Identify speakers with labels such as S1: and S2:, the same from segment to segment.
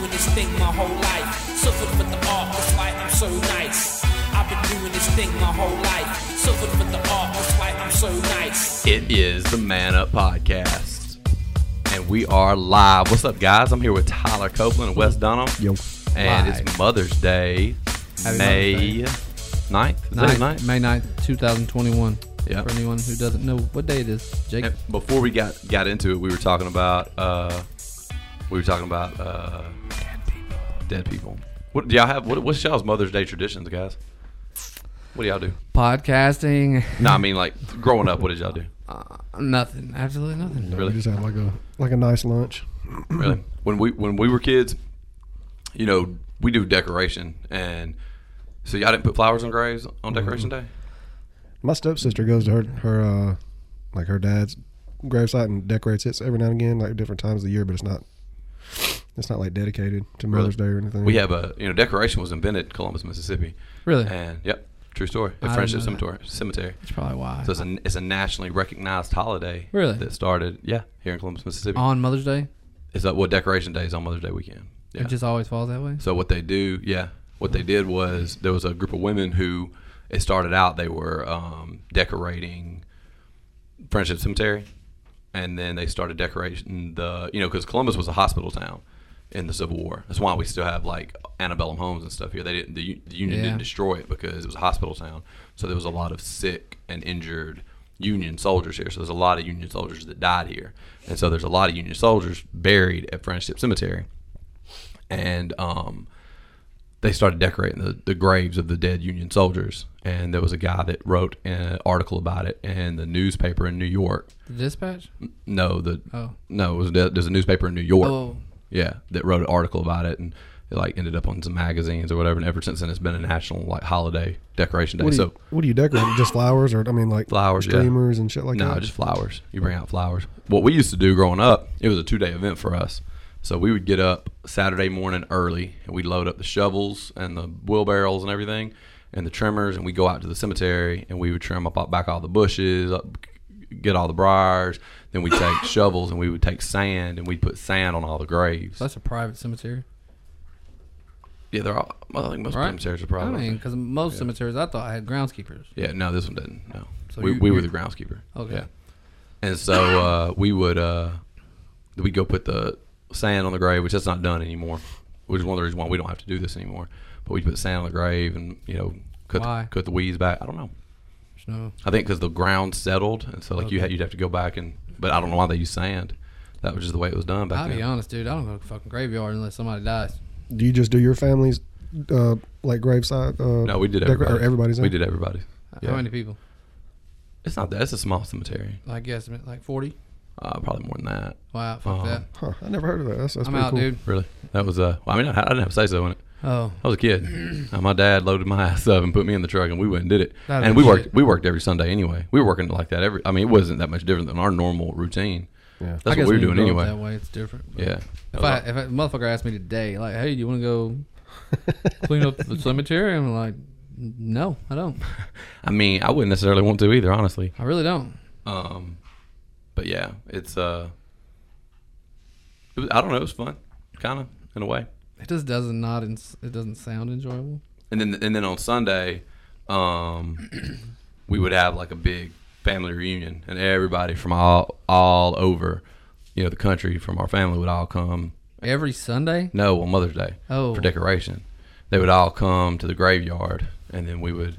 S1: my whole life. Suffered for the art, that's why I'm so nice. I've been doing this thing my whole life. Suffered for the art, that's why I'm so nice.
S2: It is the Man Up Podcast. And we are live. What's up, guys? I'm here with Tyler Copeland and Wes Dunham.
S3: Yo.
S2: And
S3: Live.
S2: it's Mother's Day,
S3: Happy
S2: May 9th.
S3: Mother's
S2: Is that
S3: Ninth,
S2: 9th?
S3: May 9th, 2021.
S2: Yeah.
S3: For anyone who doesn't know what day it is, Jake.
S2: And before we got, got into it, we were talking about uh, we were talking about uh, dead people. Dead people. What do y'all have? What, what's y'all's Mother's Day traditions, guys? What do y'all do?
S3: Podcasting, uh,
S2: No, I mean like growing up. What did y'all do?
S3: nothing. Absolutely nothing.
S2: Really?
S4: We just had like a like a nice lunch.
S3: Mm-hmm.
S2: really when we when we were kids you know we do decoration and so y'all didn't put flowers on graves on
S3: Mm-hmm.
S2: decoration day
S4: My stepsister goes to her her uh, like her dad's gravesite and decorates it every now and again, like different times of the year, but it's not it's not like dedicated to Mother's Day or anything.
S2: we have a you know decoration was invented in columbus mississippi
S3: Really?
S2: and yep true story at
S3: didn't
S2: friendship
S3: know that.
S2: cemetery cemetery
S3: That's probably why.
S2: so it's a, it's a nationally recognized holiday
S3: Really?
S2: that started yeah here in columbus mississippi
S3: On Mother's Day,
S2: it's like well decoration day is on mother's day weekend yeah
S3: it just always falls that way.
S2: So what they do, yeah, what they did was there was a group of women who it started out they were um, decorating Friendship Cemetery, and then they started decorating the you know because Columbus was a hospital town in the Civil War. That's why we still have like antebellum homes and stuff here. They didn't the, U- the Union
S3: Yeah.
S2: didn't destroy it because it was a hospital town. So there was a lot of sick and injured Union soldiers here. So there's a lot of Union soldiers that died here, and so there's a lot of Union soldiers buried at Friendship Cemetery and um, they started decorating the, the graves of the dead Union soldiers. And there was a guy that wrote an article about it in the newspaper in New York.
S3: The dispatch?
S2: No, the
S3: Oh.
S2: no, it was there- there's a newspaper in New York.
S3: Oh.
S2: Yeah, that wrote an article about it, and it like ended up on some magazines or whatever. And ever since then, it's been a national like holiday decoration day.
S4: what do, you,
S2: so
S4: what do you decorate? Just flowers, or I mean, like
S2: Flowers, yeah.
S4: streamers, and shit like
S2: no,
S4: that.
S2: just flowers. You bring out flowers. What we used to do growing up, it was a two day event for us. So we would get up Saturday morning early and we'd load up the shovels and the wheelbarrows and everything and the trimmers and we go out to the cemetery and we would trim up back all the bushes, up, get all the briars. Then we'd take shovels and we would take sand and we'd put sand on all the graves.
S3: So that's a private cemetery.
S2: yeah, they're all, I think most
S3: Right?
S2: cemeteries are
S3: I
S2: private.
S3: mean, because most cemeteries I thought had groundskeepers.
S2: Yeah, no, this one didn't. No,
S3: So
S2: we,
S3: you-
S2: we were the
S3: you-
S2: groundskeeper.
S3: Okay.
S2: Yeah. And so uh, we would uh, we go put the sand on the grave, which that's not done anymore. Which is one of the reasons why we don't have to do this anymore. But we put sand on the grave and you know cut the,
S3: Why?
S2: cut the weeds back. I don't know.
S3: There's no.
S2: I think because the ground settled, and so like you had you'd have to go back and. But I don't know why they use sand. That was just the way it was done back
S3: I'll
S2: then.
S3: be honest, dude. I don't go to fucking graveyard unless somebody dies.
S4: do you just do your family's uh, like graveside? Uh,
S2: No, we did
S4: decor-
S2: everybody.
S4: or everybody's.
S2: we
S4: own?
S2: did everybody. Yeah.
S3: How many people?
S2: It's not that. It's a small cemetery.
S3: I guess like 40.
S2: Uh, probably more than that.
S3: Wow, fuck
S2: Um,
S3: that.
S4: Huh, I never heard of that. That's, that's
S3: I'm
S4: pretty
S3: out,
S4: cool.
S3: dude.
S2: Really, that was uh. Well, I mean, I, I didn't have to say so in it.
S3: Oh,
S2: I was a kid. Uh, my dad loaded my ass up and put me in the truck, and we went and did it.
S3: That'd
S2: and
S3: be
S2: we worked.
S3: shit.
S2: We worked every Sunday anyway. We were working like that every. I mean, it wasn't that much different than our normal routine.
S4: Yeah.
S2: That's
S3: I guess
S2: what we were
S3: when you
S2: doing
S3: grow up
S2: anyway.
S3: That way, it's different. but-
S2: Yeah.
S3: If I, if a motherfucker asked me today, like, hey, do you want to go clean up the cemetery? I'm like, no, I don't.
S2: I mean, I wouldn't necessarily want to either, honestly.
S3: I really don't.
S2: Um, but yeah, it's uh. It was, I don't know. It was fun, kind of in a way.
S3: It just doesn't not. Ins- it doesn't sound enjoyable.
S2: and then and then on Sunday, um, we would have like a big family reunion, and everybody from all all over, you know, the country from our family would all come.
S3: Every Sunday.
S2: No, on Mother's Day
S3: Oh.
S2: for decoration, they would all come to the graveyard, and then we would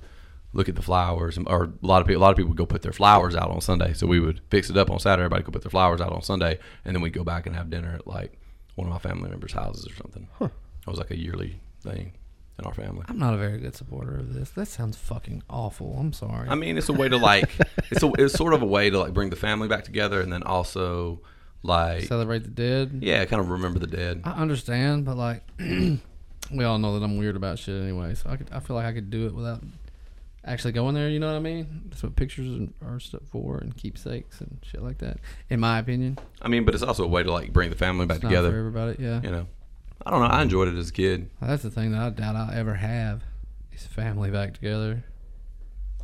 S2: look at the flowers. And, or a lot of people, a lot of people would go put their flowers out on Sunday, so we would fix it up on Saturday. Everybody could put their flowers out on Sunday, and then we'd go back and have dinner at like one of my family members' houses or something. It was like a yearly thing in our family.
S3: I'm not a very good supporter of this. That sounds fucking awful. I'm sorry.
S2: I mean, it's a way to like, it's a, it's sort of a way to like bring the family back together, and then also like,
S3: Celebrate the dead.
S2: yeah, kind of remember the dead.
S3: I understand, but like, we all know that I'm weird about shit anyway. So I could. I feel like I could do it without actually going there. You know what I mean? That's what pictures and- are stuff for, and keepsakes and shit like that. In my opinion,
S2: I mean, but it's also a way to like bring the family back
S3: it's not for
S2: together.
S3: everybody. Yeah.
S2: You know, I don't know. I enjoyed it as a kid.
S3: Well, That's the thing that I doubt I'll ever have is family back together.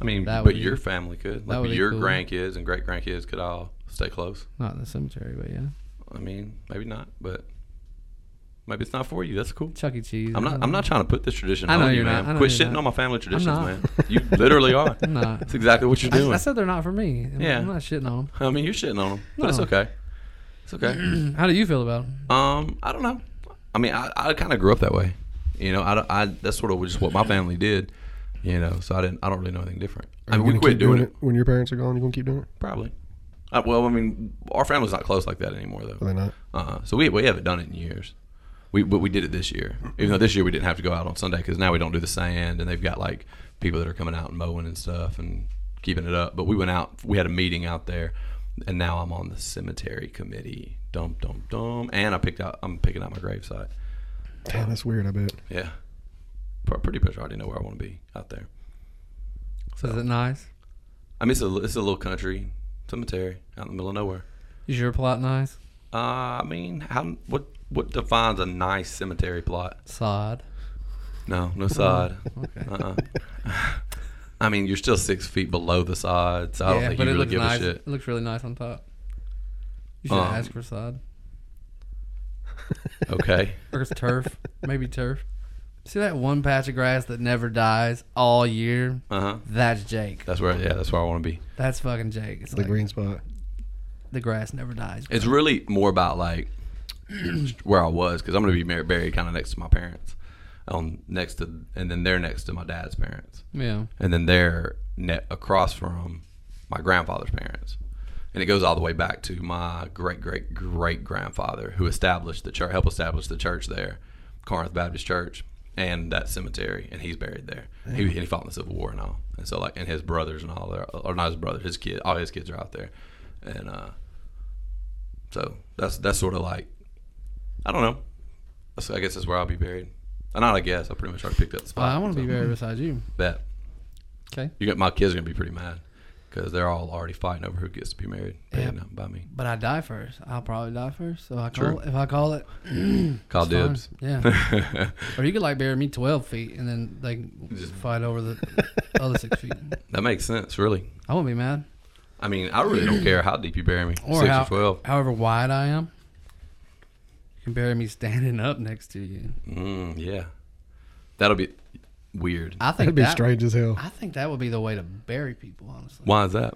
S2: I mean,
S3: That
S2: but
S3: would be-
S2: your family could,
S3: that
S2: like
S3: would be
S2: your
S3: cool.
S2: grandkids and great grandkids could all stay close.
S3: Not in the cemetery, but yeah.
S2: I mean, maybe not, but Maybe it's not for you. That's cool.
S3: Chuck E. Cheese.
S2: I'm not. I'm not trying to put this tradition
S3: I know
S2: on you,
S3: you're not.
S2: man.
S3: I know
S2: Quit
S3: you're
S2: shitting
S3: not.
S2: on my family traditions,
S3: not.
S2: man. You literally are.
S3: I'm not.
S2: That's exactly what you're
S3: I,
S2: doing.
S3: I
S2: I,
S3: said they're not for me. I'm,
S2: Yeah.
S3: I'm not shitting on
S2: mean, you're shitting on them, but it's
S3: No.
S2: okay. It's okay.
S3: them. Mm, How do you feel about them?
S2: Um, I don't know. I mean, I, I kind of grew up that way. You know, I, don't- I that's sort of just what my family did. You know, so I didn't. I don't really know anything different. I mean, we
S4: gonna
S2: quit
S4: keep
S2: doing, it.
S4: when your parents are gone. You gonna keep doing it?
S2: probably. Uh, well, I mean, our family's not close like that anymore, though.
S4: Are they not?
S2: Uh, so we we haven't done it in years. We but we did it this year, even though this year we didn't have to go out on Sunday because now we don't do the sand and they've got like people that are coming out and mowing and stuff and keeping it up. But we went out. We had a meeting out there, and now I'm on the cemetery committee. Dum dum dum. And I picked out. I'm picking out my gravesite.
S4: Damn, that's weird. I bet.
S2: Yeah, Pr- pretty much. I already know where I want to be out there.
S3: So is it nice?
S2: I mean, it's a it's a little country cemetery out in the middle of nowhere.
S3: Is your plot nice?
S2: Uh, I mean, how what what defines a nice cemetery plot?
S3: Sod.
S2: No, no sod.
S3: Oh, Okay.
S2: Uh-uh. I mean, you're still six feet below the sod, so I don't
S3: yeah,
S2: think
S3: but
S2: you
S3: it
S2: really
S3: looks
S2: give
S3: nice.
S2: a shit.
S3: It looks really nice on top. You should
S2: Um,
S3: ask for sod
S2: Okay.
S3: or it's turf, maybe turf. See that one patch of grass that never dies all year?
S2: Uh huh.
S3: That's Jake.
S2: That's where. Yeah, that's where I want to be.
S3: That's fucking Jake. It's
S4: The
S3: like
S4: green spot.
S3: the grass never dies.
S2: It's really more about like where I was because I'm gonna be mar- buried kind of next to my parents, on next to, and then they're next to my dad's parents,
S3: yeah.
S2: and then they're net across from my grandfather's parents, and it goes all the way back to my great great great grandfather who established the church, helped establish the church there, Corinth Baptist Church, and that cemetery, and he's buried there. He, and he fought in the Civil War and all, and so like and his brothers and all there, or not his brother, his kid, all his kids are out there, and uh, so that's that's sort of like, I don't know, That's- I guess that's where I'll be buried. Uh, Not I guess I pretty much already picked up the
S3: Well,
S2: spot.
S3: I want to
S2: so
S3: be buried beside you.
S2: Bet
S3: Okay.
S2: you got my kids are gonna be pretty mad because they're all already fighting over who gets to be married.
S3: Yeah.
S2: Paid up by me.
S3: But I die first. I'll probably die first. So I call
S2: True.
S3: if I call it.
S2: Call
S3: fine.
S2: dibs.
S3: Yeah. or you could like bury me twelve feet and then they can fight over the other six feet.
S2: that makes sense, really.
S3: I won't be mad.
S2: I mean, I really don't care how deep you bury me,
S3: Or
S2: six
S3: how,
S2: or twelve.
S3: however wide I am. You can bury me standing up next to you.
S2: Mm, yeah, that'll be weird.
S3: I think
S4: That'd be
S3: that,
S4: strange as hell.
S3: I think that would be the way to bury people, honestly.
S2: Why is that?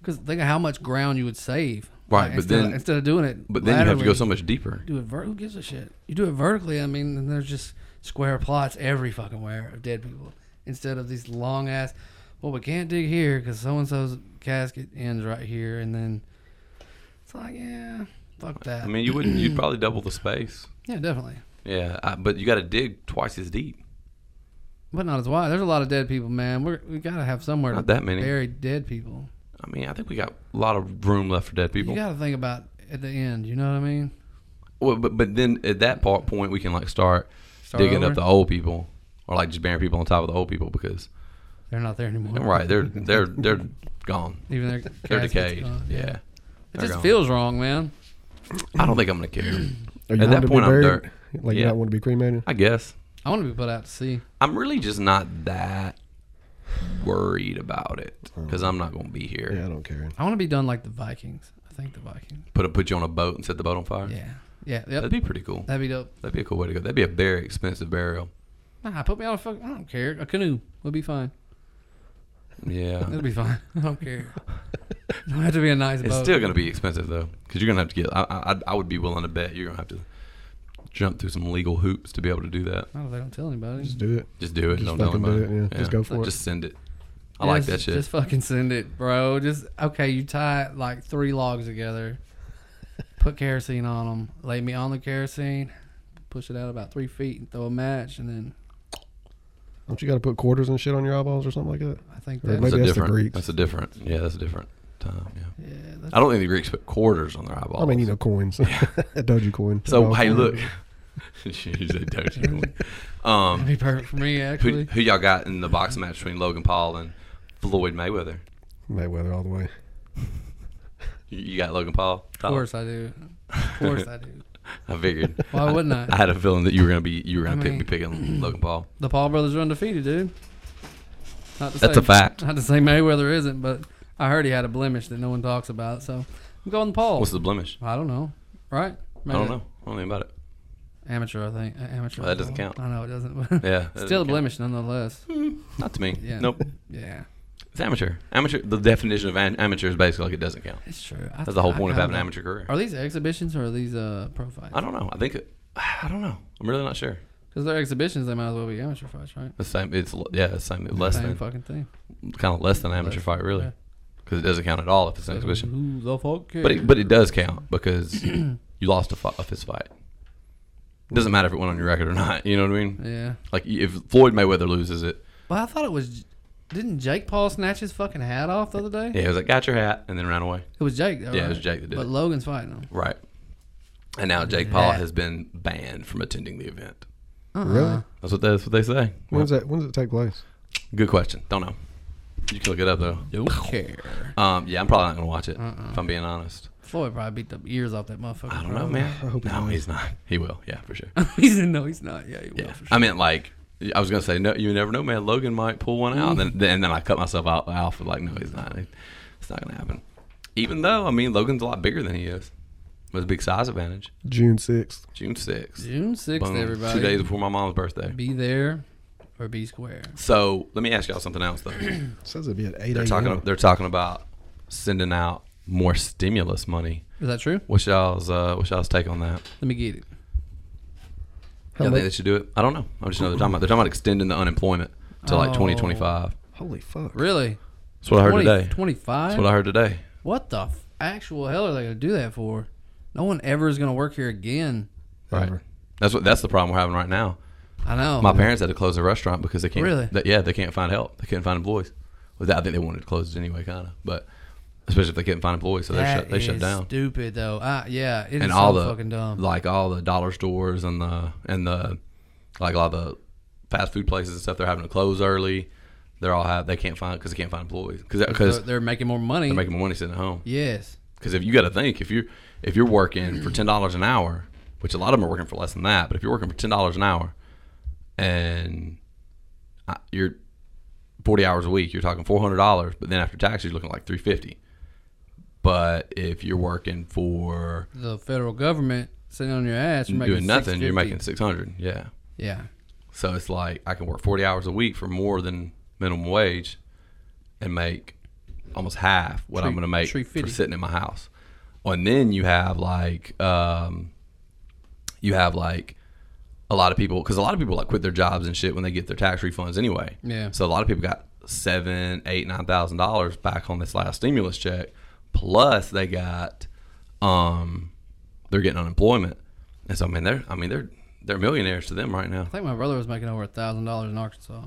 S3: Because think of how much ground you would save.
S2: Right,
S3: Like,
S2: but
S3: instead
S2: then-
S3: of, instead of doing it,
S2: But then you have to go
S3: laterally,
S2: so much deeper.
S3: Do it ver- who gives a shit? You do it vertically. I mean, then there's just square plots every fucking where of dead people instead of these long ass. Well, we can't dig here because so and so's casket ends right here, and then it's like, yeah, fuck that.
S2: I mean, you wouldn't. You'd probably double the space.
S3: yeah, definitely,
S2: Yeah, I, but you got to dig twice as deep.
S3: but not as wide. There's a lot of dead people, man. We're, we gotta have somewhere
S2: Not
S3: to
S2: that many.
S3: bury dead people.
S2: I mean, I think we got a lot of room left for dead people.
S3: You gotta think about at the end. You know what I mean?
S2: well, but but then at that part point, we can like start,
S3: Start
S2: digging
S3: over?
S2: up the old people, or like just burying people on top of the old people because
S3: They're not there anymore.
S2: right, they're they're they're gone.
S3: Even their
S2: They're
S3: casket's
S2: decayed.
S3: gone.
S2: Yeah.
S3: It
S2: They're
S3: just
S2: gone.
S3: feels wrong, man.
S2: I don't think I'm gonna care.
S4: Are you
S2: At
S4: wanting
S2: that
S4: to be
S2: point, I'm
S4: buried?
S2: dirt.
S4: Like you
S2: Yeah.
S4: not want to be cremated?
S2: I guess
S3: I want to be put out to sea.
S2: I'm really just not that worried about it because I'm not gonna be here.
S4: Yeah, I don't care.
S3: I want to be done like the Vikings. I think the Vikings.
S2: Put a, put you on a boat and set the boat on fire.
S3: Yeah. Yeah. Yep.
S2: that'd be pretty cool.
S3: dope.
S2: That'd be a cool way to go. That'd be a very expensive burial.
S3: Nah, put me on a fuck. I don't care. A canoe would be fine.
S2: Yeah,
S3: It'll be fine. I don't care. It don't have to be a nice
S2: it's
S3: boat.
S2: still gonna be expensive though because you're gonna have to get. I, I I would be willing to bet you're gonna have to jump through some legal hoops to be able to do that.
S3: Not if they don't tell anybody.
S4: Just do it.
S2: Just do it.
S4: Just
S2: don't tell
S4: fucking do
S2: anybody.
S4: it, yeah. Just go for it.
S2: Just send it. I like
S3: Just-
S2: that shit.
S3: Just fucking send it, bro. Just okay. You tie like three logs together, put kerosene on them, lay me on the kerosene, push it out about three feet, and throw a match, and then
S4: Don't you got to put quarters and shit on your eyeballs or something like that?
S3: I think
S4: Or
S3: that's
S4: maybe
S2: that's a
S4: that's the
S2: different.
S4: Greeks.
S2: that's a different. Yeah, that's a different time. Yeah.
S3: yeah. That's,
S2: I don't think the Greeks put quarters on their eyeballs.
S4: I mean, you know, coins. a doji coin.
S2: So
S4: Dog
S2: hey,
S4: coin.
S2: look. She's a doji coin. Um,
S3: that'd be perfect for me
S2: who,
S3: actually.
S2: who y'all got in the boxing match between Logan Paul and Floyd Mayweather?
S4: Mayweather all the way.
S2: You, you got Logan Paul.
S3: Of course I do. Of course I do.
S2: I figured.
S3: Why wouldn't I?
S2: I had a feeling that you were gonna be you were gonna
S3: I
S2: pick,
S3: mean-
S2: be picking Logan Paul.
S3: The Paul brothers are undefeated, dude. Not to
S2: That's
S3: say,
S2: a fact.
S3: Not to say Mayweather isn't, but I heard he had a blemish that no one talks about. So I'm going Paul.
S2: What's the blemish?
S3: I don't know. Right?
S2: I don't know. I don't know about it.
S3: Amateur, I think. A- Amateur.
S2: Well, that doesn't
S3: football.
S2: count.
S3: I know it doesn't. but
S2: Yeah, that
S3: Still a
S2: doesn't count.
S3: blemish, nonetheless.
S2: Not to me.
S3: Yeah.
S2: Nope.
S3: Yeah.
S2: It's amateur. Amateur. The definition of an amateur is basically like it doesn't count.
S3: It's true. I
S2: That's the whole
S3: I-
S2: point of
S3: I
S2: having an
S3: don't-
S2: amateur career.
S3: Are these exhibitions or are these uh, pro fights?
S2: I don't know. I think it, I don't know. I'm really not sure.
S3: Because they're exhibitions, they might as well be amateur fights, right?
S2: The same. It's l- yeah. The same. Less
S3: Same
S2: than
S3: fucking thing.
S2: kind of less than amateur fight really,
S3: yeah.
S2: because it doesn't count at all if it's an exhibition.
S3: Who the fuck
S2: But it, but it does count because you lost a, fi- a fist fight. It doesn't matter if it went on your record or not. You know what I mean?
S3: yeah.
S2: Like if Floyd Mayweather loses it,
S3: Well, I thought it was. Didn't Jake Paul snatch his fucking hat off the other day?
S2: yeah, he was like, "Got your hat," and then ran away.
S3: It was Jake.
S2: Yeah, it was Jake that did
S3: But
S2: it.
S3: Logan's fighting him.
S2: Right. And now Jake Paul
S3: Yeah.
S2: has been banned from attending the event.
S3: Uh-uh.
S4: Really?
S2: That's what that's what they say.
S4: When's that? When does it take place?
S2: Good question. Don't know. You can look it up though.
S3: Don't care.
S2: Um, yeah, I'm probably not gonna watch it if I'm being honest.
S3: Floyd probably beat the ears off that motherfucker.
S2: I don't know,
S3: probably.
S2: man.
S4: hope he
S2: no,
S4: does.
S2: he's not. He will. Yeah, for sure.
S3: he's no, he's not. Yeah, he will
S2: Yeah.
S3: for
S2: I
S3: sure.
S2: meant like I was gonna say no. You never know, man. Logan might pull one out, and then, and then I cut myself out. Out for like, no, he's not. It's not gonna happen. Even though I mean, Logan's a lot bigger than he is. With a big size advantage.
S4: June sixth.
S2: June sixth.
S3: June sixth,
S2: Boom.
S3: everybody.
S2: Two days before my mom's birthday.
S3: Be there or be square.
S2: So let me ask y'all something else though.
S4: Says it'd be at eight.
S2: They're talking. They're talking about sending out more stimulus money.
S3: Is that true?
S2: What's y'all's uh, What's y'all's take on that?
S3: Let me get it.
S2: Yeah, I think they should do it. I don't know. I just know they're talking about. They're talking about extending the unemployment to like twenty
S3: Oh.
S2: twenty five.
S4: Holy fuck!
S3: Really?
S2: That's what I heard
S3: 20
S2: today.
S3: 25?
S2: That's what I heard today.
S3: What the f- actual hell are they going to do that for? No one ever is going to work here again.
S2: Right.
S4: Ever.
S2: That's what. That's the problem we're having right now.
S3: I know.
S2: My parents had to close their restaurant because they can't.
S3: Oh, Really?
S2: that- yeah, they can't find help. They couldn't find employees. With that, I think they wanted to close it anyway, kind of. But especially if they couldn't find employees, so they
S3: That
S2: shut. They shut
S3: is
S2: down.
S3: Stupid though. Uh, yeah, it is
S2: and all
S3: so
S2: the
S3: fucking dumb.
S2: like all the dollar stores and the and the like a lot of the fast food places and stuff. They're having to close early. They're all have they can't find because they can't find employees because
S3: So
S2: because
S3: they're making more money.
S2: they're making more money sitting at home.
S3: yes.
S2: Because if you got to think if you if you're working for ten dollars an hour, which a lot of them are working for less than that, but if you're working for ten dollars an hour and I- you're forty hours a week, you're talking four hundred dollars, but then after taxes, you're looking like three fifty. But if you're working for
S3: The federal government sitting on your ass. You're making
S2: doing nothing, you're making
S3: $6.50.
S2: six hundred. Yeah.
S3: Yeah.
S2: So it's like I can work forty hours a week for more than minimum wage, and make almost half what I'm
S3: Tree-
S2: going to make
S3: tree
S2: for
S3: fitty.
S2: sitting in my house. And then you have like um, you have like a lot of people because a lot of people like quit their jobs and shit when they get their tax refunds anyway.
S3: Yeah.
S2: So a lot of people got seven, eight, nine thousand dollars back on this last stimulus check, plus they got um, they're getting unemployment, and so I mean they're I mean they're they're millionaires to them right now
S3: I think my brother was making over a thousand dollars in Arkansas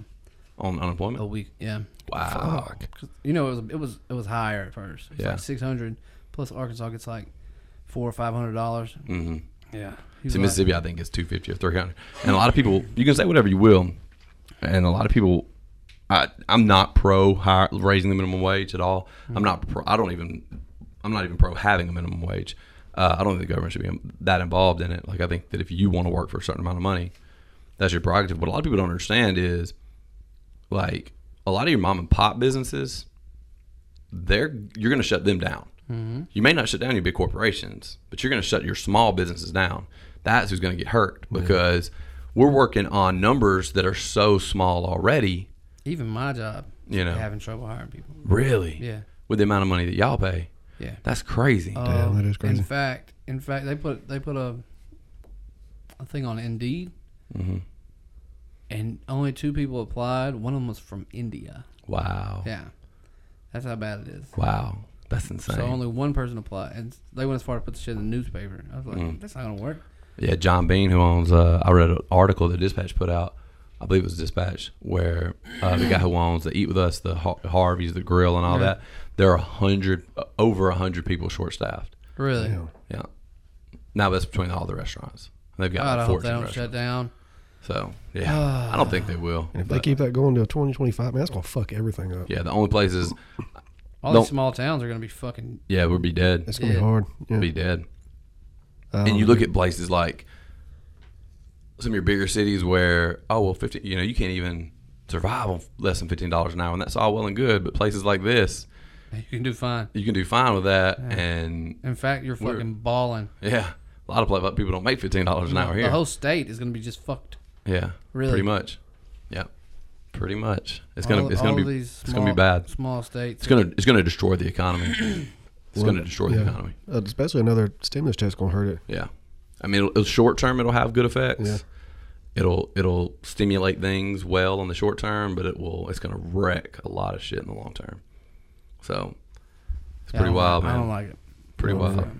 S2: on unemployment.
S3: a week. Yeah.
S2: wow.
S3: 'Cause, You know, it was it was it was higher at first. It was
S2: Yeah.
S3: Like six hundred plus Arkansas gets like four or five hundred dollars.
S2: Mm-hmm.
S3: Yeah. He was
S2: So
S3: like-
S2: Mississippi, I think, is two fifty or three hundred, and a lot of people. You can say whatever you will, and a lot of people. I, I'm not pro high, raising the minimum wage at all. I'm not. Pro, I don't even. I'm not even pro having a minimum wage. Uh, I don't think the government should be that involved in it. Like I think that if you want to work for a certain amount of money, that's your prerogative. What a lot of people don't understand is, like, a lot of your mom and pop businesses, they're you're going to shut them down. You may not shut down your big corporations, but you're going to shut your small businesses down. That's who's going to get hurt because we're working on numbers that are so small already.
S3: even my job.
S2: You know.
S3: having trouble hiring people.
S2: Really?
S3: Yeah.
S2: With the amount of money that y'all pay,
S3: Yeah. Um,
S2: that's crazy.
S3: Oh.
S4: Damn, that
S3: In
S4: is crazy.
S3: fact, in fact, they put they put a a thing on Indeed,
S2: Mm-hmm.
S3: and only two people applied. One of them was from India.
S2: wow.
S3: Yeah, that's how bad it is.
S2: Wow. That's insane.
S3: So only one person applied, and they went as far to put the shit in the newspaper. I was like,
S2: Mm.
S3: that's not gonna work.
S2: Yeah, John Bean, who owns, uh, I read an article that Dispatch put out. I believe it was Dispatch, where uh, the guy who owns the Eat With Us, the Har- Harveys, the Grill, and all that. There are a hundred, over a hundred people short staffed.
S3: Really?
S4: Damn.
S2: Yeah. Now that's between all the restaurants. They've got
S3: God, I
S2: like
S3: hope they
S2: 14
S3: don't Ah. shut
S2: restaurants.
S3: down.
S2: So yeah, I don't think they will.
S4: And if they
S2: but,
S4: keep that going to 2025, man, that's gonna fuck everything up.
S2: yeah, the only places,
S3: All
S2: Don't-
S3: these small towns are gonna be fucking.
S2: yeah, we'll be dead.
S4: It's gonna
S3: Yeah.
S4: be hard. Yeah.
S2: Be dead.
S4: I don't
S2: and you
S4: know.
S2: look at places like some of your bigger cities where oh well 50 you know you can't even survive on less than $15 an hour and that's all well and good but places like this
S3: You can do fine.
S2: you can do fine with that and
S3: In fact, you're
S2: We're-
S3: fucking balling.
S2: yeah A lot of play, people don't make fifteen dollars an hour here.
S3: The whole state is going to be just fucked.
S2: yeah,
S3: Really?
S2: pretty much. Yeah, pretty much. It's
S3: All-
S2: gonna it's
S3: all
S2: gonna
S3: of
S2: be
S3: these
S2: it's gonna be
S3: small-
S2: bad.
S3: Small states.
S2: It's gonna it's gonna destroy the economy. It's
S4: Well,
S2: gonna destroy
S4: yeah.
S2: the economy.
S4: Uh, especially another stimulus check's gonna hurt it.
S2: Yeah, I mean, it'll, it'll- short term it'll have good effects.
S4: Yeah.
S2: It'll it'll stimulate things well in the short term, but it will it's gonna wreck a lot of shit in the long term. So it's
S3: Yeah,
S2: pretty
S3: I don't like-
S2: wild, man.
S3: I don't like it.
S2: pretty
S4: I don't
S2: wild.
S4: like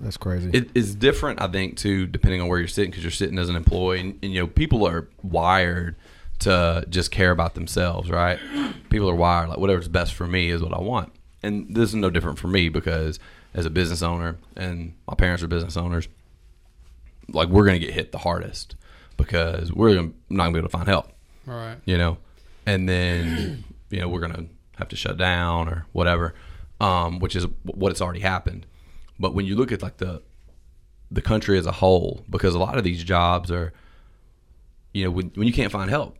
S4: That's crazy.
S2: It is different, I think, too, depending on where you're sitting, because you're sitting as an employee, and, and you know people are wired to just care about themselves, right? People are wired like whatever's best for me is what I want, and this is no different for me because as a business owner, and my parents are business owners, like we're gonna get hit the hardest because we're gonna, not gonna be able to find help
S3: All right.
S2: you know, and then you know we're gonna have to shut down or whatever, um, which is what it's already happened. But when you look at like the the country as a whole, because a lot of these jobs are, you know, when when you can't find help,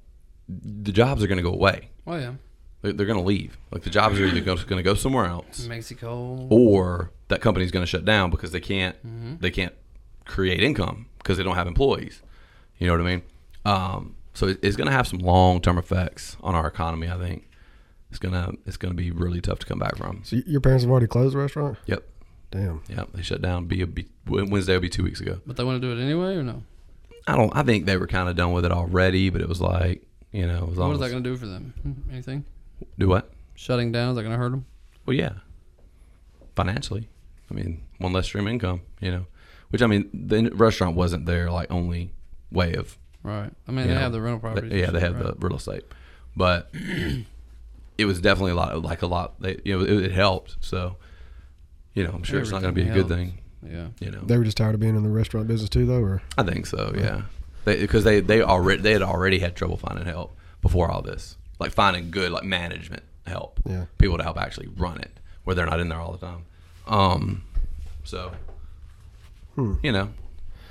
S2: the jobs are gonna go away.
S3: Well, yeah.
S2: They're, they're gonna leave. Like the jobs are either go- gonna go somewhere else, Oh.
S3: Mexico.
S2: or that company's gonna shut down because they can't they can't create income because they don't have employees. You know what I mean? Um, so it- it's going to have some long term effects on our economy. I think it's gonna it's gonna be really tough to come back from.
S4: so y- your parents have already closed the restaurant?
S2: Yep,
S4: Damn.
S2: yep. They shut down. Be, be Wednesday will be two weeks ago.
S3: But they want to do it anyway or no?
S2: I don't. I think they were kind of done with it already, but it was like you know, as long
S3: What is that
S2: as
S3: going to do for them? Hmm, Anything?
S2: do what?
S3: Shutting down, is that going to hurt them?
S2: Well, yeah, financially. I mean, one less stream income. You know, which I mean, the restaurant wasn't their like only way of
S3: Right. I mean,
S2: you
S3: they
S2: know,
S3: have the rental
S2: they-
S3: properties.
S2: yeah, they have the real estate, but it was definitely a lot, like a lot. They, you know, it, it helped. So, you know, I'm sure it's not going to be a good
S3: Everything
S2: thing.
S3: the. Yeah.
S2: You know,
S4: They were just tired of being in the restaurant business too, though. Or
S2: I think so. Yeah, because they, they already they had already had trouble finding help before all this, like finding good like management help,
S4: Yeah.
S2: people to help actually run it where they're not in there all the time. Um, so you know,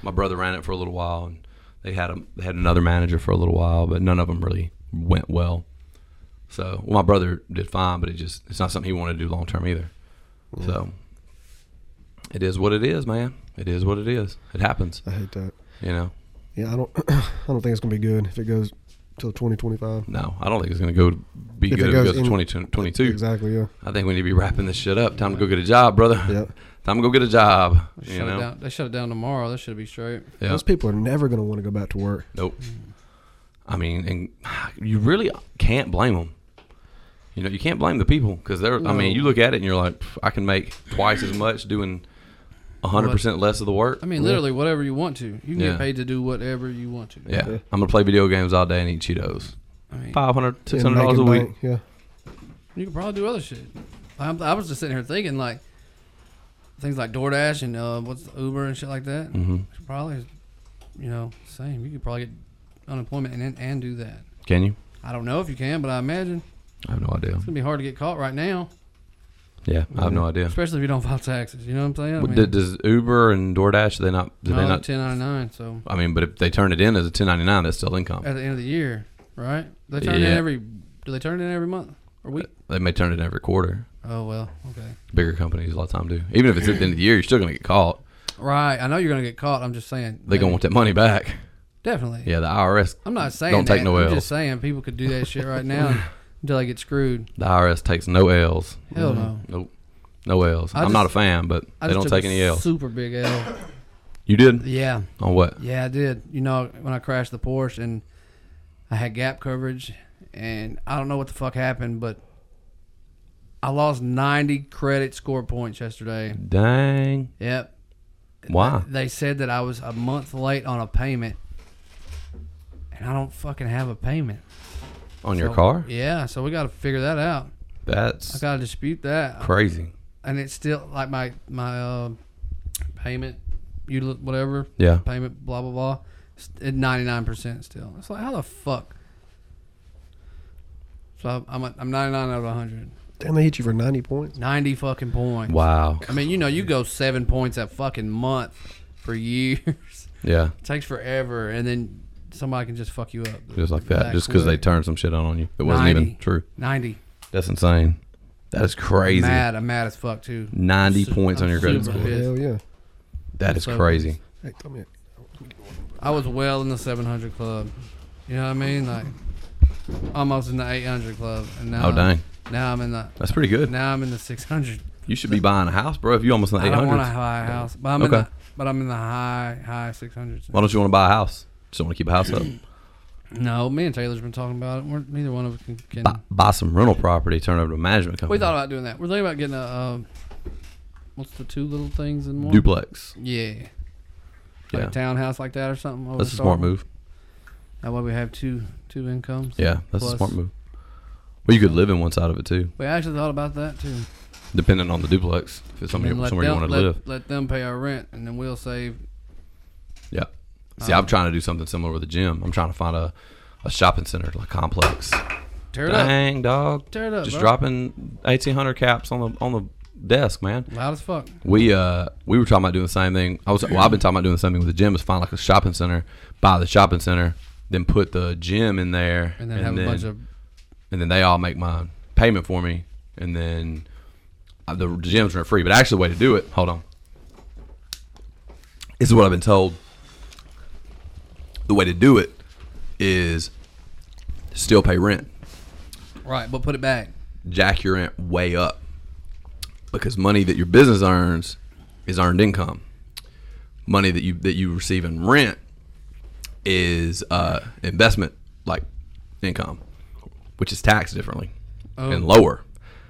S2: my brother ran it for a little while, and they had a, they had another manager for a little while, but none of them really went well. So well, my brother did fine, but it just it's not something he wanted to do long term either. So it is what it is, man. It is what it is. It happens,
S4: I hate that.
S2: you know.
S4: Yeah, I don't. I don't think it's gonna be good if it goes till 2025.
S2: No, I don't think it's going to go be
S4: If
S2: good if
S4: it
S2: it
S4: goes
S2: goes to
S4: in-
S2: 2022.
S4: Exactly. Yeah.
S2: I think we need to be wrapping this shit up. Time to go get a job, brother.
S4: Yeah.
S2: Time to go get a job.
S3: They
S2: You
S3: shut it
S2: know.
S3: down. They shut it down tomorrow. That should be straight.
S2: Yeah.
S4: Those people are never gonna want to go back to work.
S2: Nope. I mean, and you really can't blame them. You know, you can't blame the people because they're. I mean, you look at it and you're like, "Pff, I can make twice as much doing 100 percent less of the work.
S3: I mean, literally, whatever you want to. You can
S2: Yeah.
S3: get paid to do whatever you want to.
S2: yeah, I'm gonna play video games all day and eat Cheetos.
S3: I mean,
S2: 500
S4: And
S2: 600 dollars a
S4: making
S2: week.
S4: bank, Yeah.
S3: you could probably do other shit. I, I was just sitting here thinking, like, things like DoorDash and uh, what's Uber and shit like that.
S2: hmm
S3: It's Probably, you know, same. You could probably get unemployment and and do that.
S2: Can you?
S3: I don't know if you can, but I imagine
S2: I have no idea.
S3: it's gonna be hard to get caught right now,
S2: Yeah, I have no idea.
S3: especially if you don't file taxes. You know what I'm saying? I
S2: But
S3: mean,
S2: did- does Uber and DoorDash? Do they not? Do
S3: no,
S2: they not?
S3: 1099. So
S2: I mean, but if they turn it in as a 1099, that's still income.
S3: at the end of the year, right? They turn it
S2: Yeah.
S3: in every. Do they turn it in every month or week?
S2: They may turn it in every quarter.
S3: Oh well, okay.
S2: Bigger companies a lot of time do. Even if it's at the end of the year, you're still gonna get caught.
S3: Right. I know you're gonna get caught. I'm just saying.
S2: They gonna want that money back.
S3: definitely.
S2: Yeah, the IRS.
S3: I'm not saying
S2: Don't take
S3: that.
S2: no
S3: I'm
S2: L's.
S3: just saying people could do that shit right now until they get screwed.
S2: The IRS takes no L's.
S3: Hell no.
S2: Nope. No L's.
S3: I
S2: I'm
S3: just-
S2: not a fan, but
S3: I
S2: Mm-hmm. they
S3: just
S2: don't
S3: took
S2: take
S3: a
S2: any L's.
S3: Super big L.
S2: You did?
S3: Yeah.
S2: On what?
S3: Yeah, I did. You know, when I crashed the Porsche and I had gap coverage, and I don't know what the fuck happened, but I lost 90 credit score points yesterday.
S2: Dang.
S3: Yep.
S2: Why?
S3: They said that I was a month late on a payment, and I don't fucking have a payment.
S2: On
S3: So-
S2: your car?
S3: Yeah, so we got to figure that out. I
S2: That's
S3: got to dispute that.
S2: crazy.
S3: And it's still like my, my uh, payment, util- whatever,
S2: Yeah.
S3: payment, blah blah blah, s- at ninety nine percent still. It's like how the fuck. So I'm at- I'm ninety nine out of hundred.
S4: Damn, they hit you for 90 points.
S3: Ninety fucking points.
S2: Wow.
S3: I mean, you know, you go seven points a fucking month for years. it
S2: Yeah.
S3: takes forever, and then somebody can just fuck you up.
S2: Just like that. Just because they
S3: Back quick.
S2: turned some shit on on you. It wasn't
S3: 90.
S2: even true.
S3: ninety.
S2: That's insane. That is crazy.
S3: Mad. I'm mad as fuck too.
S2: 90
S3: Su-
S2: points on
S3: I'm
S2: your credit
S3: super
S2: score.
S3: pissed.
S4: Hell yeah.
S2: That is
S3: So-
S2: crazy.
S4: Hey, tell me.
S3: I was well in the 700 club. You know what I mean? Like almost in the 800 club, and now
S2: Oh, dang.
S3: now I'm in the
S2: That's pretty good.
S3: now I'm in the 600.
S2: you should be buying a house, bro. If you almost in the
S3: I
S2: eight
S3: don't want a
S2: hundreds,
S3: high house, but I'm in
S2: Okay.
S3: the, but I'm in the high high 600s.
S2: why don't you want to buy a house? Just want to keep a house up.
S3: No, me and Taylor's been talking about it. We're, neither one of us can. can
S2: buy, buy some rental property, turn it over to a management company.
S3: we thought about doing that. We're thinking about getting a uh, what's the two little things in one?
S2: duplex.
S3: Yeah. Like
S2: Yeah.
S3: a townhouse like that or something. over
S2: That's a
S3: Starbucks.
S2: smart move.
S3: That way we have two two incomes.
S2: Yeah, that's a
S3: Plus-
S2: smart move. Well, you could live in one side of it too,
S3: We actually thought about that too. And
S2: depending on the duplex. If it's somewhere,
S3: then let
S2: somewhere you
S3: them-
S2: want to
S3: let-
S2: live.
S3: Let them pay our rent and then we'll save.
S2: Yeah. See, I'm trying to do something similar with a gym. I'm trying to find a, a shopping center like complex.
S3: Tear it up.
S2: Dang dog,
S3: Tear it up,
S2: just
S3: bro.
S2: dropping 1800 caps on the on the desk, man.
S3: Loud as fuck.
S2: We uh we were talking about doing the same thing. I was well, I've been talking about doing the same thing with the gym. Is find like a shopping center, buy the shopping center, then put the gym in there,
S3: And then have a bunch of.
S2: and then they all make my payment for me, and then uh, the gyms are free. But actually, the way to do it, hold on. This is what I've been told. The way to do it is still pay rent,
S3: Right, but put it back.
S2: jack your rent way up, because money that your business earns is earned income. Money that you that you receive in rent is uh, investment like income, which is taxed differently
S3: Oh.
S2: and lower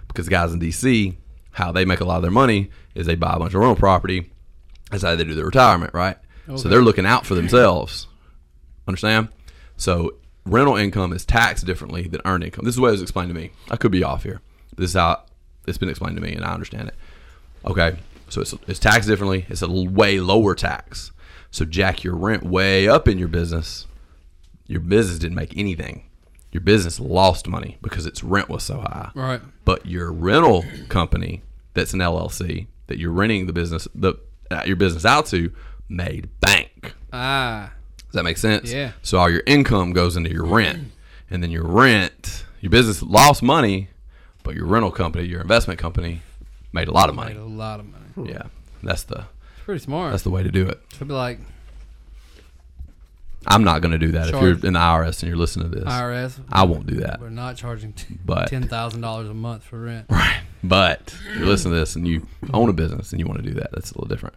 S2: because guys in DC, how they make a lot of their money is they buy a bunch of rental property. That's how they do their retirement, right? So
S3: Okay.
S2: they're looking out for themselves. Understand? So rental income is taxed differently than earned income. This is the way it was explained to me. I could be off here. This is how it's been explained to me, and I understand it. Okay, so it's, it's taxed differently. It's a l- way lower tax. So jack your rent way up in your business. Your business didn't make anything. Your business lost money because its rent was so high
S3: Right.
S2: but your rental company that's an LLC that you're renting the business the uh, your business out to made bank.
S3: Ah.
S2: Does that make sense?
S3: Yeah.
S2: So all your income goes into your rent, and then your rent, your business lost money, but your rental company, your investment company, made a lot of money.
S3: Made a lot of money.
S2: Yeah, that's the
S3: It's pretty smart.
S2: that's the way to do it.
S3: Should be like
S2: I'm not going to do that if
S3: Charge-
S2: you're in the IRS and you're listening to this.
S3: IRS.
S2: I won't do that.
S3: We're not charging t-
S2: But-
S3: ten thousand dollars a month for rent.
S2: But if you're listening to this and you own a business and you want to do that, that's a little different.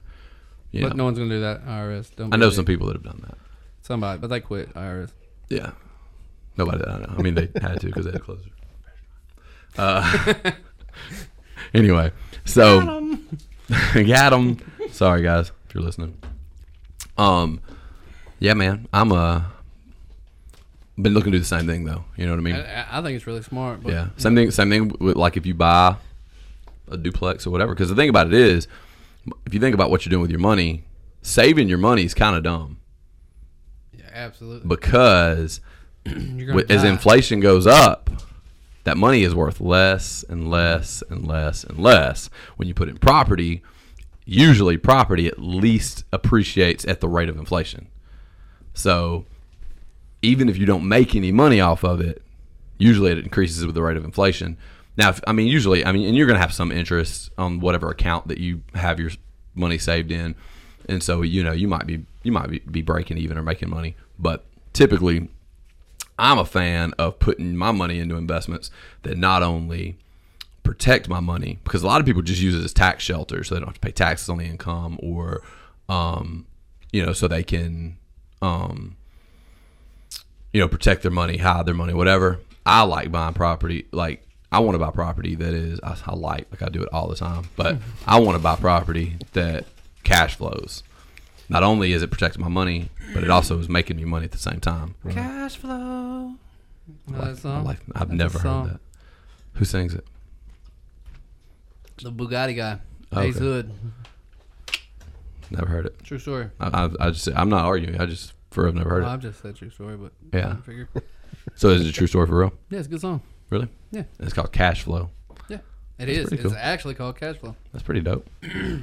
S2: You
S3: But
S2: know,
S3: no one's gonna do that. IRS. Don't.
S2: I
S3: be
S2: know
S3: a dick.
S2: some people that have done that.
S3: Somebody, but they quit IRS.
S2: Yeah. Nobody that I know. I mean, they had to because they had to close. it. Uh, anyway, so got him. Sorry, guys, if you're listening. Um, yeah, man, I'm uh been looking to do the same thing though. You know what I mean?
S3: I- I, I think it's really smart. But
S2: Yeah. Same thing. Same thing with like if you buy a duplex or whatever. Because the thing about it is, if you think about what you're doing with your money, saving your money is kind of dumb
S3: Yeah, absolutely.
S2: because
S3: You're gonna
S2: with, as
S3: die.
S2: inflation goes up, that money is worth less and less and less and less. When you put in property, usually property at least appreciates at the rate of inflation. So even if you don't make any money off of it, usually it increases with the rate of inflation. Now, if, I mean, usually, I mean, and you're going to have some interest on whatever account that you have your money saved in, and so you know you might be you might be, be breaking even or making money, but typically, I'm a fan of putting my money into investments that not only protect my money because a lot of people just use it as tax shelter so they don't have to pay taxes on the income or um, you know so they can um, you know protect their money hide their money whatever i like buying property like i want to buy property that is I, I like like i do it all the time but i want to buy property that cash flows not only is it protecting my money but it also is making me money at the same time cash flow
S3: Know that
S2: my
S3: song?
S2: life. I've
S3: That's a
S2: never heard
S3: song.
S2: that. Who sings it?
S3: The Bugatti guy,
S2: Oh,
S3: Ace
S2: okay.
S3: Hood.
S2: Never heard it.
S3: True story.
S2: I, I, I just I'm not arguing. I just for real never heard
S3: Well, I've
S2: it.
S3: just said true story, but
S2: Yeah.
S3: I figure.
S2: So is it a true story for real?
S3: Yeah, it's a good song.
S2: Really?
S3: Yeah.
S2: It's called Cash Flow.
S3: Yeah, it
S2: That's
S3: is.
S2: pretty
S3: It's
S2: cool.
S3: actually called cash flow.
S2: That's pretty dope.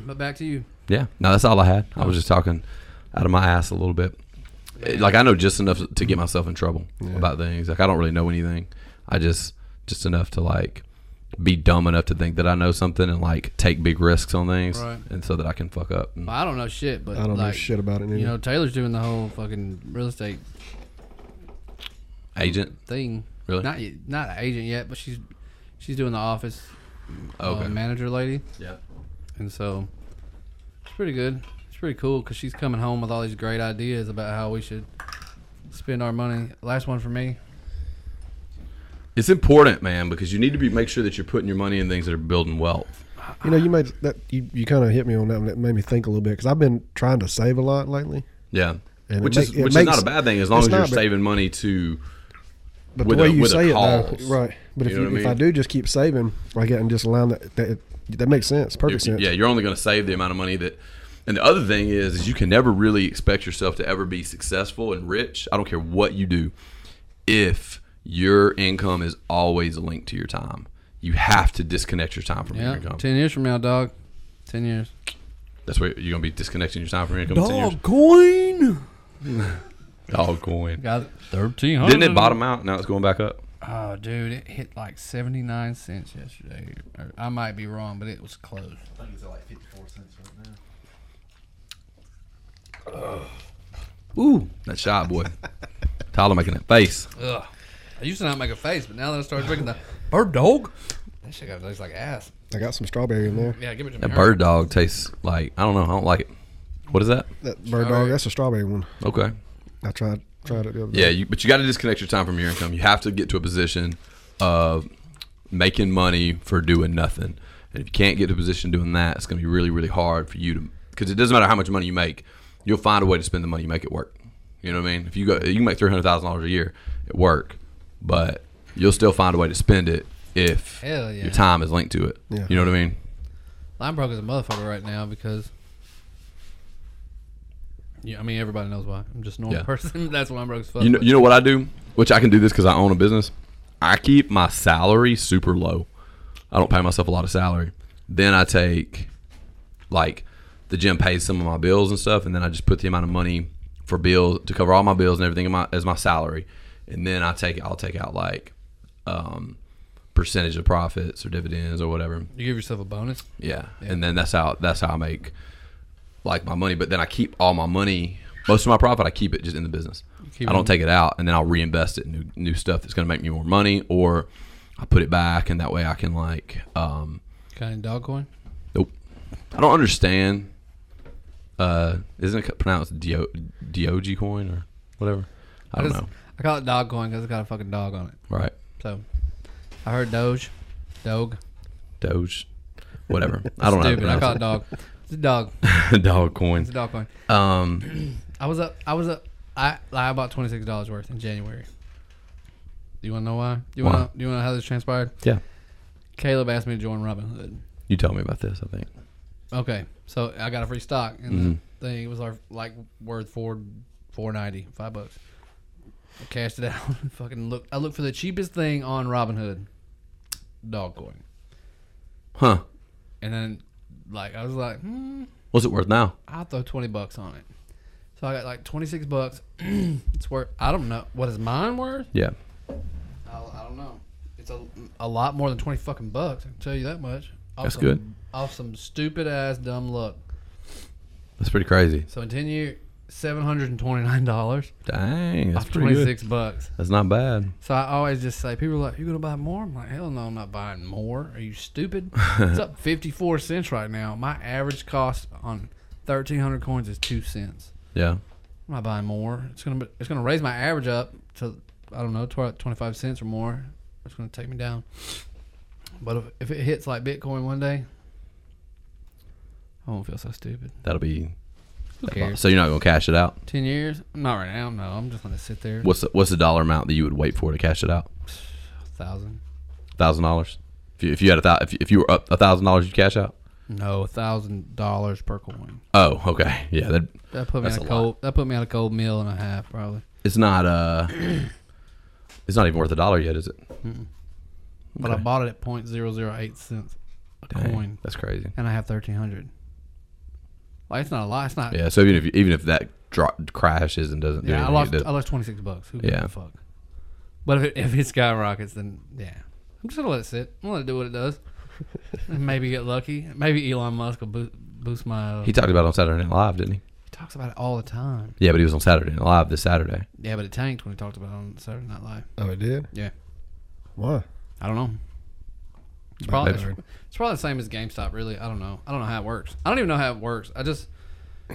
S3: But back to you.
S2: Yeah. No, that's all I had. I was just talking out of my ass a little bit. It- Like I know just enough to get myself in trouble about things. Like I don't really know anything. I just just enough to like be dumb enough to think that I know something and like take big risks on things,
S3: Right.
S2: and so that I can fuck up. And
S3: Well, I don't know shit, but
S4: I don't know
S3: like,
S4: shit about it. Either.
S3: You know, Taylor's doing the whole fucking real estate
S2: agent,
S3: thing.
S2: really?
S3: Not y- not an agent yet, but she's she's doing the office uh,
S2: okay.
S3: manager lady,
S2: Yeah.
S3: and so it's pretty good. It's pretty cool because she's coming home with all these great ideas about how we should spend our money. Last one for me.
S2: It's important, man, because you need to be make sure that you're putting your money in things that are building wealth.
S4: You know, you made that you, you kind of hit me on that, and it made me think a little bit because I've been trying to save a lot lately.
S2: Yeah.
S4: And it
S2: which
S4: ma-
S2: is
S4: it
S2: which is
S4: makes-
S2: not a bad thing as long
S4: it's
S2: as you're
S4: not, but-
S2: saving money to
S4: But
S2: With
S4: the way
S2: a-
S4: you
S2: with a
S4: say it, though,
S2: cause.
S4: right? But
S2: You
S4: if
S2: know
S4: you,
S2: what I
S4: if I
S2: mean?
S4: do just keep saving like that and just allowing that, that that makes sense, perfect
S2: You're-
S4: sense.
S2: Yeah, you're only going to save the amount of money that. And the other thing is, is you can never really expect yourself to ever be successful and rich. I don't care what you do, if your income is always linked to your time, you have to disconnect your time from your
S3: Yeah,
S2: income.
S3: ten years from now, dog. Ten years.
S2: That's where you're going to be disconnecting your time from your income. in 10 years.
S3: coin.
S2: Dogecoin.
S3: Got thirteen hundred.
S2: Didn't it bottom out? Now it's going back up.
S3: Oh, dude, it hit like seventy nine cents yesterday. Or- I might be wrong, but it was close.
S5: I think it's at like 54 cents right now.
S2: Ooh, that shy boy. Tyler making that face.
S3: Ugh. I used to not make a face, but now that I started drinking the bird dog, that shit got tastes like ass.
S4: I got some strawberry in there.
S3: Yeah, give it to me.
S2: That bird dog tastes like I don't know. I don't like it. What is that?
S4: That
S3: Strawberry.
S4: bird dog. That's a strawberry one.
S2: Okay.
S4: I tried tried it the other
S2: Yeah,
S4: day.
S2: you, but you got to disconnect your time from your income. You have to get to a position of making money for doing nothing. And if you can't get to a position doing that, it's going to be really, really hard for you to because it doesn't matter how much money you make, you'll find a way to spend the money you make at work. You know what I mean? If you go, you can make three hundred thousand dollars a year at work, but you'll still find a way to spend it if
S3: Hell yeah.
S2: your time is linked to it.
S4: Yeah.
S2: You know what I mean?
S3: I'm broke as a motherfucker right now because. Yeah, I mean everybody knows why. I'm just a normal
S2: Yeah.
S3: person. That's why I'm broke as fuck.
S2: You know, you know what I do, which I can do this because I own a business. I keep my salary super low. I don't pay myself a lot of salary. Then I take, like, the gym pays some of my bills and stuff, and then I just put the amount of money for bills to cover all my bills and everything in my, as my salary. And then I take I'll take out like um, percentage of profits or dividends or whatever.
S3: you give yourself a bonus.
S2: Yeah. And then that's how that's how I make like my money. But then I keep all my money, most of my profit, I keep it just in the business.
S3: keep
S2: I
S3: it
S2: don't
S3: in-
S2: take it out, and then I'll reinvest it in new new stuff that's going to make me more money, or I put it back, and that way I can like, um,
S3: Kind of dog coin.
S2: nope. I don't understand. Uh, isn't it pronounced Dio- Diogi coin or whatever? I don't
S3: just-
S2: know.
S3: I call it dog coin because it's got a fucking dog on it.
S2: Right.
S3: So, I heard Doge, Dog,
S2: Doge. Whatever. I don't
S3: stupid.
S2: know.
S3: I
S2: How
S3: call it
S2: to
S3: dog. It's a dog.
S2: pronounce it. Dog coin.
S3: It's a dog coin.
S2: Um,
S3: I was up. I was up. I I bought twenty six dollars worth in January. Do you want to know why? Do you
S2: Why?
S3: want to? Do you want to know how this transpired?
S2: Yeah.
S3: Caleb asked me to join Robinhood.
S2: you tell me about this. I think.
S3: Okay, so I got a free stock, and
S2: Mm-hmm.
S3: the thing was our, like worth four four ninety five bucks. I cashed it out. and fucking look. I looked for the cheapest thing on Robinhood, Dogecoin,
S2: Huh.
S3: and then like I was like, hmm,
S2: What's it worth now?
S3: I'll throw twenty bucks on it. So I got like twenty six bucks. it's worth. I don't know what is mine worth.
S2: Yeah.
S3: I, I don't know. It's a, a lot more than twenty fucking bucks. I can tell you that much. Off
S2: That's
S3: some,
S2: good.
S3: Off some stupid ass dumb luck.
S2: That's pretty crazy.
S3: So in ten years, seven hundred and twenty nine dollars
S2: Dang, that's
S3: off
S2: pretty
S3: twenty
S2: good.
S3: six bucks.
S2: That's not bad.
S3: So I always just say, people are like, "You gonna buy more?" I'm like, "Hell no, I'm not buying more. Are you stupid?" it's up fifty four cents right now. My average cost on thirteen hundred coins is two cents.
S2: Yeah.
S3: I'm not buying more. It's gonna be, it's gonna raise my average up to I don't know twenty five cents or more. It's gonna take me down. But if, if it hits like Bitcoin one day, I won't feel so stupid.
S2: That'll be.
S3: Who cares?
S2: So you're not gonna cash it out.
S3: Ten years? Not right now. No, I'm just gonna sit there.
S2: What's the, what's the dollar amount that you would wait for to cash it out?
S3: thousand?
S2: Thousand dollars. If you if you had a thou, if you, if you were up a thousand dollars, you'd cash out.
S3: No, a thousand dollars per coin.
S2: Oh, okay. Yeah, that
S3: That put me
S2: That's
S3: on a
S2: a
S3: cold. That put me on a cold meal and a half probably.
S2: it's not uh, it's not even worth a dollar yet, is it?
S3: But I
S2: Okay.
S3: bought it at point zero zero eight cents a
S2: Dang,
S3: coin,
S2: That's crazy.
S3: and I have thirteen hundred. Like it's not a lot. It's not.
S2: Yeah. So even if you, even if that drop crashes and doesn't do
S3: Yeah, I
S2: anything, it
S3: lost.
S2: does-
S3: I lost twenty six bucks. Who gives
S2: Yeah.
S3: a fuck? But if it, if it skyrockets, then yeah, I'm just gonna let it sit. I'm gonna let it do what it does. And maybe get lucky. Maybe Elon Musk will boost, boost my. Uh,
S2: He talked about it on Saturday Night Live, didn't he?
S3: he talks about it all the time.
S2: Yeah, but he was on Saturday Night Live this Saturday.
S3: Yeah, but it tanked when he talked about it on Saturday Night Live.
S4: Oh, it did.
S3: Yeah.
S4: Why?
S3: I don't know. It's probably,
S2: Maybe.
S3: it's, it's probably the same as GameStop, really. I don't know. I don't know how it works. I don't even know how it works. I just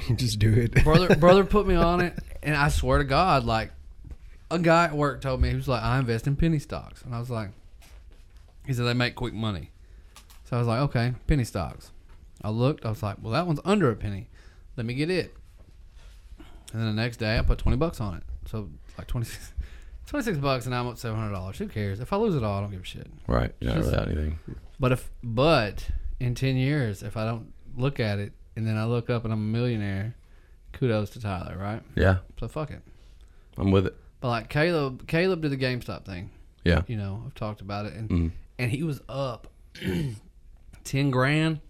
S4: You just do it.
S3: brother brother put me on it, and I swear to God, like a guy at work told me he was like, I invest in penny stocks, and I was like, he said they make quick money, so I was like, okay, penny stocks. I looked, I was like, well, that one's under a penny. Let me get it. And then the next day, I put twenty bucks on it, so like 26, 26 bucks, and I'm up seven hundred dollars. Who cares? If I lose it all, I don't give a shit.
S2: Right. You're not really out anything.
S3: But if but in ten years, if I don't look at it and then I look up and I'm a millionaire, kudos to Tyler, right?
S2: Yeah,
S3: So fuck it.
S2: I'm with it.
S3: But like Caleb, Caleb did the GameStop thing.
S2: Yeah.
S3: You know, I've talked about it, and and he was up ten grand.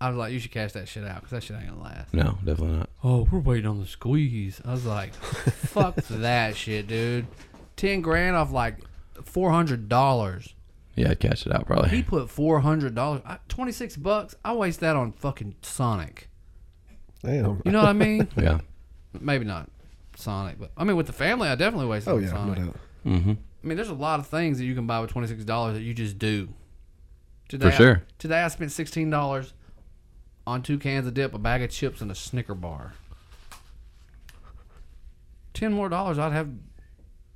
S3: I was like, you should cash that shit out because that shit ain't gonna last.
S2: No, definitely not.
S3: Oh, we're waiting on the squeeze. I was like, fuck that shit, dude. Ten grand off like four hundred dollars.
S2: Yeah, I'd cash it out
S3: He
S2: probably.
S3: put four hundred dollars, twenty six bucks. I waste that on fucking Sonic.
S4: Damn.
S3: You know what I mean?
S2: Yeah.
S3: Maybe not Sonic, but I mean with the family, I definitely waste.
S4: oh
S3: on
S4: yeah, no
S3: Sonic.
S4: doubt.
S3: I mean, there's a lot of things that you can buy with twenty six dollars that you just do. Today,
S2: For sure.
S3: today I spent sixteen dollars on two cans of dip, a bag of chips, and a Snicker bar. Ten more dollars, I'd have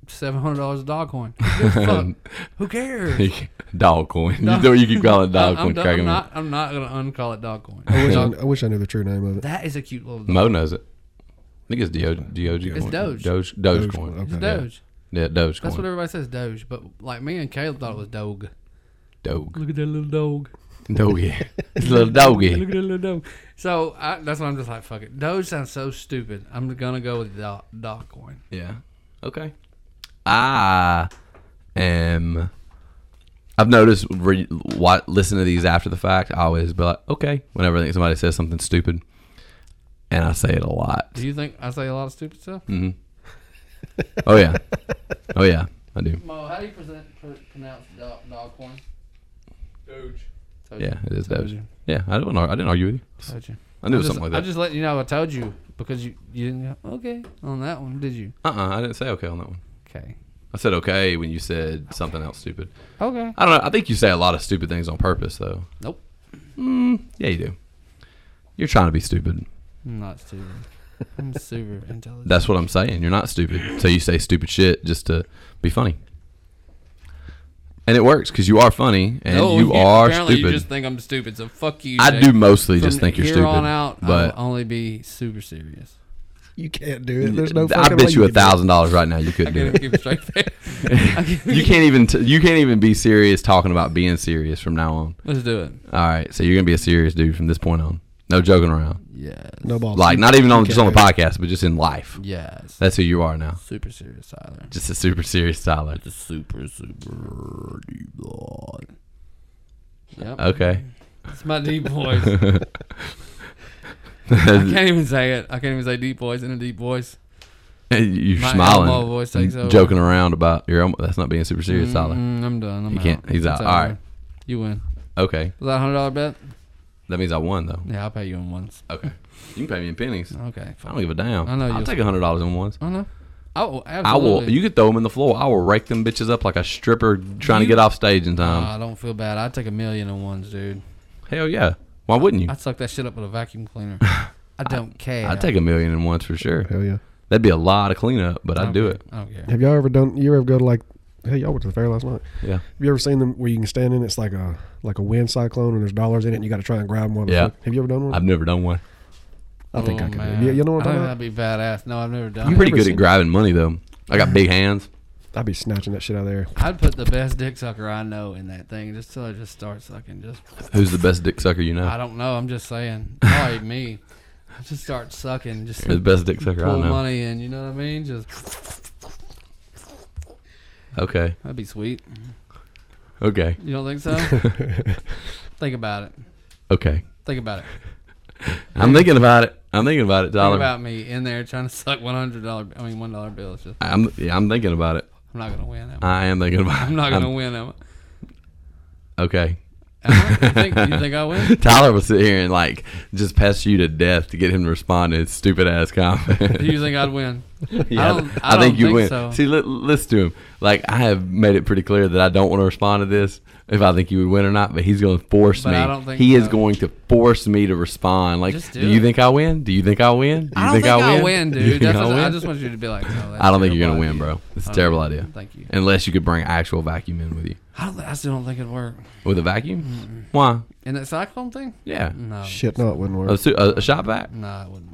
S3: seven hundred dollars of Dogecoin. Who gives a fuck? Who cares?
S2: dog coin. you know you keep calling it dog
S3: I'm,
S2: coin.
S3: I'm,
S2: cracking
S3: I'm
S2: me.
S3: not. I'm not gonna uncall it Dogecoin.
S4: I wish,
S3: Dog-
S4: I, I wish I knew the true name of it.
S3: that is a cute little. Dog.
S2: Mo knows it. I think it's Doge. Doge.
S3: It's Doge.
S2: Doge. Doge
S4: Dogecoin,
S2: coin.
S4: okay.
S3: It's Doge.
S2: Yeah, Doge
S3: That's what
S2: coin.
S3: everybody says, Doge. But like me and Caleb thought it was Doge.
S2: Doge.
S3: Look at that little dog.
S2: Doge. It's a little doggy.
S3: Look at that little dog. So I, that's why I'm just like, fuck it. Doge sounds so stupid. I'm gonna go with Do- Dogecoin.
S2: Yeah. Okay. I am. I've noticed re, what listen to these after the fact. I always be like, okay, whenever I think somebody says something stupid, and I say it a lot.
S3: Do you think I say a lot of stupid stuff?
S2: Oh yeah, oh yeah, I do.
S3: Mo, how do you present, pr- pronounce do- Dogecoin? Doge.
S2: Yeah, it is
S3: Told
S2: Doge.
S3: you.
S2: Yeah, I didn't. I didn't argue with you.
S3: Told you.
S2: I knew it
S3: I
S2: was
S3: just,
S2: something like
S3: I
S2: that.
S3: just let you know I told you because you, you didn't go, okay, on that one, did you?
S2: Uh uh I didn't say okay on that one.
S3: Okay.
S2: I said okay when you said something else stupid.
S3: Okay.
S2: I don't know. I think you say a lot of stupid things on purpose, though. Mm,
S3: Nope.
S2: Yeah, you do. You're trying to be stupid.
S3: I'm not stupid. I'm super intelligent.
S2: That's what I'm saying. You're not stupid. So you say stupid shit just to be funny. And it works because you are funny and
S3: No,
S2: you, are
S3: apparently
S2: stupid.
S3: You just think I'm stupid, so fuck you.
S2: I
S3: Jake.
S2: do mostly just
S3: From
S2: think you're
S3: here
S2: stupid.
S3: on out,
S2: but
S3: I'll only be super serious.
S4: You can't do it. There's no.
S2: I
S4: fucking way
S2: bet you a
S4: can do it.
S2: thousand dollars right now you couldn't do it.
S3: keep a straight face. I can't-
S2: You can't even t- you can't even be serious talking about being serious from now on.
S3: Let's do it.
S2: All right, so you're gonna be a serious dude from this point on. No joking around.
S3: Yes.
S4: No balls.
S2: Like not even on just on the
S4: can't
S2: podcast, but just in life.
S3: Yes.
S2: That's who you are now.
S3: super serious, Tyler.
S2: Just a super serious Tyler.
S3: Just super, super deep voice. Yep.
S2: Okay.
S3: It's my deep voice. I can't even say it. I can't even say deep voice in a deep voice.
S2: You're
S3: My
S2: smiling,
S3: elbow voice takes over.
S2: joking around about your. elbow- That's not being super serious, Tyler.
S3: Mm, I'm done. I'm
S2: You
S3: out.
S2: can't- he's
S3: It's
S2: out. All
S3: over.
S2: right.
S3: You win.
S2: Okay,
S3: Was that a hundred dollar bet?
S2: that means I won though.
S3: Yeah, I'll pay you in once.
S2: Okay, you can pay me in pennies.
S3: Okay.
S2: I
S3: Fine.
S2: don't give a damn.
S3: I know
S2: I'll
S3: you-
S2: take a hundred dollars in ones.
S3: I know. Oh,
S2: I
S3: absolutely.
S2: will. You could throw them in the floor. I will rake them bitches up like a stripper trying to
S3: You- uh,
S2: get off stage in
S3: Nah,
S2: time.
S3: I don't feel bad. I'd take a million and ones, dude.
S2: Hell yeah. Why wouldn't you?
S3: I'd suck that shit up with a vacuum cleaner. I don't care.
S2: I'd take a million in ones for sure.
S4: Hell yeah.
S2: That'd be a lot of cleanup, but I'd do it.
S3: I don't care.
S4: Have y'all ever done? You ever go to like? Hey, y'all went to the fair last night.
S2: Yeah.
S4: Have you ever seen them where you can stand in? It's like a like a wind cyclone, and there's dollars in it, and you got to try and grab one.
S2: Yeah.
S4: Have you ever done one?
S2: I've never done one.
S4: I think I
S3: Oh,
S4: could.
S3: man.
S4: Yeah, you know what
S3: I
S4: I'm
S3: think
S4: talking about?
S3: That'd be badass. No, I've never done
S2: I'm
S4: You
S3: it.
S2: pretty
S4: never
S2: good
S4: seen
S2: at
S4: it.
S2: grabbing money though. I got big hands.
S4: I'd be snatching that shit out of there.
S3: I'd put the best dick sucker I know in that thing just till I just start sucking. Just
S2: Who's the best dick sucker you know?
S3: I don't know. I'm just saying. Probably me. I just start sucking. Just
S2: You're the best dick sucker I
S3: pull
S2: know.
S3: money in. You know what I mean? Just
S2: Okay.
S3: that'd be sweet.
S2: Okay.
S3: You don't think so? think about it.
S2: Okay.
S3: Think about it.
S2: I'm thinking about it. I'm thinking about it,
S3: Think
S2: Tyler.
S3: about me in there trying to suck one hundred dollar. I mean one dollar bill. It's just
S2: I'm yeah, I'm thinking about it.
S3: I'm not gonna win. Am I?
S2: I am thinking about it.
S3: I'm not gonna
S2: Uh, I'm,
S3: win. Am I?
S2: Okay.
S3: Am I? You think, you think I win?
S2: Tyler will sit here and like just pest you to death to get him to respond to his stupid ass comment.
S3: Do you think I'd win?
S2: Yeah,
S3: I don't- I don't think so.
S2: See, li- listen to him. Like I have made it pretty clear that I don't want to respond to this if I think you would win or not. But he's going to force
S3: But
S2: me.
S3: I don't think
S2: he is
S3: so.
S2: going to force me to respond. Like,
S3: Just
S2: do,
S3: do
S2: you
S3: it.
S2: think I win? Do you think I win? Do you
S3: I don't think, I win,
S2: Do
S3: dude.
S2: you think
S3: That's
S2: I
S3: what- I
S2: win?
S3: just want you to be like, no, that's
S2: I don't think you're gonna
S3: terrible
S2: win,
S3: idea.
S2: bro. It's a
S3: I don't
S2: terrible
S3: think-
S2: idea.
S3: Thank you.
S2: Unless you could bring actual vacuum in with you
S3: I, don't, I still don't think it'd work.
S2: with a vacuum. Why?
S3: And that cyclone thing?
S2: Yeah,
S3: No.
S4: Shit, no, it wouldn't
S2: a,
S4: work.
S2: su- a, a shot back.
S3: No, it wouldn't work.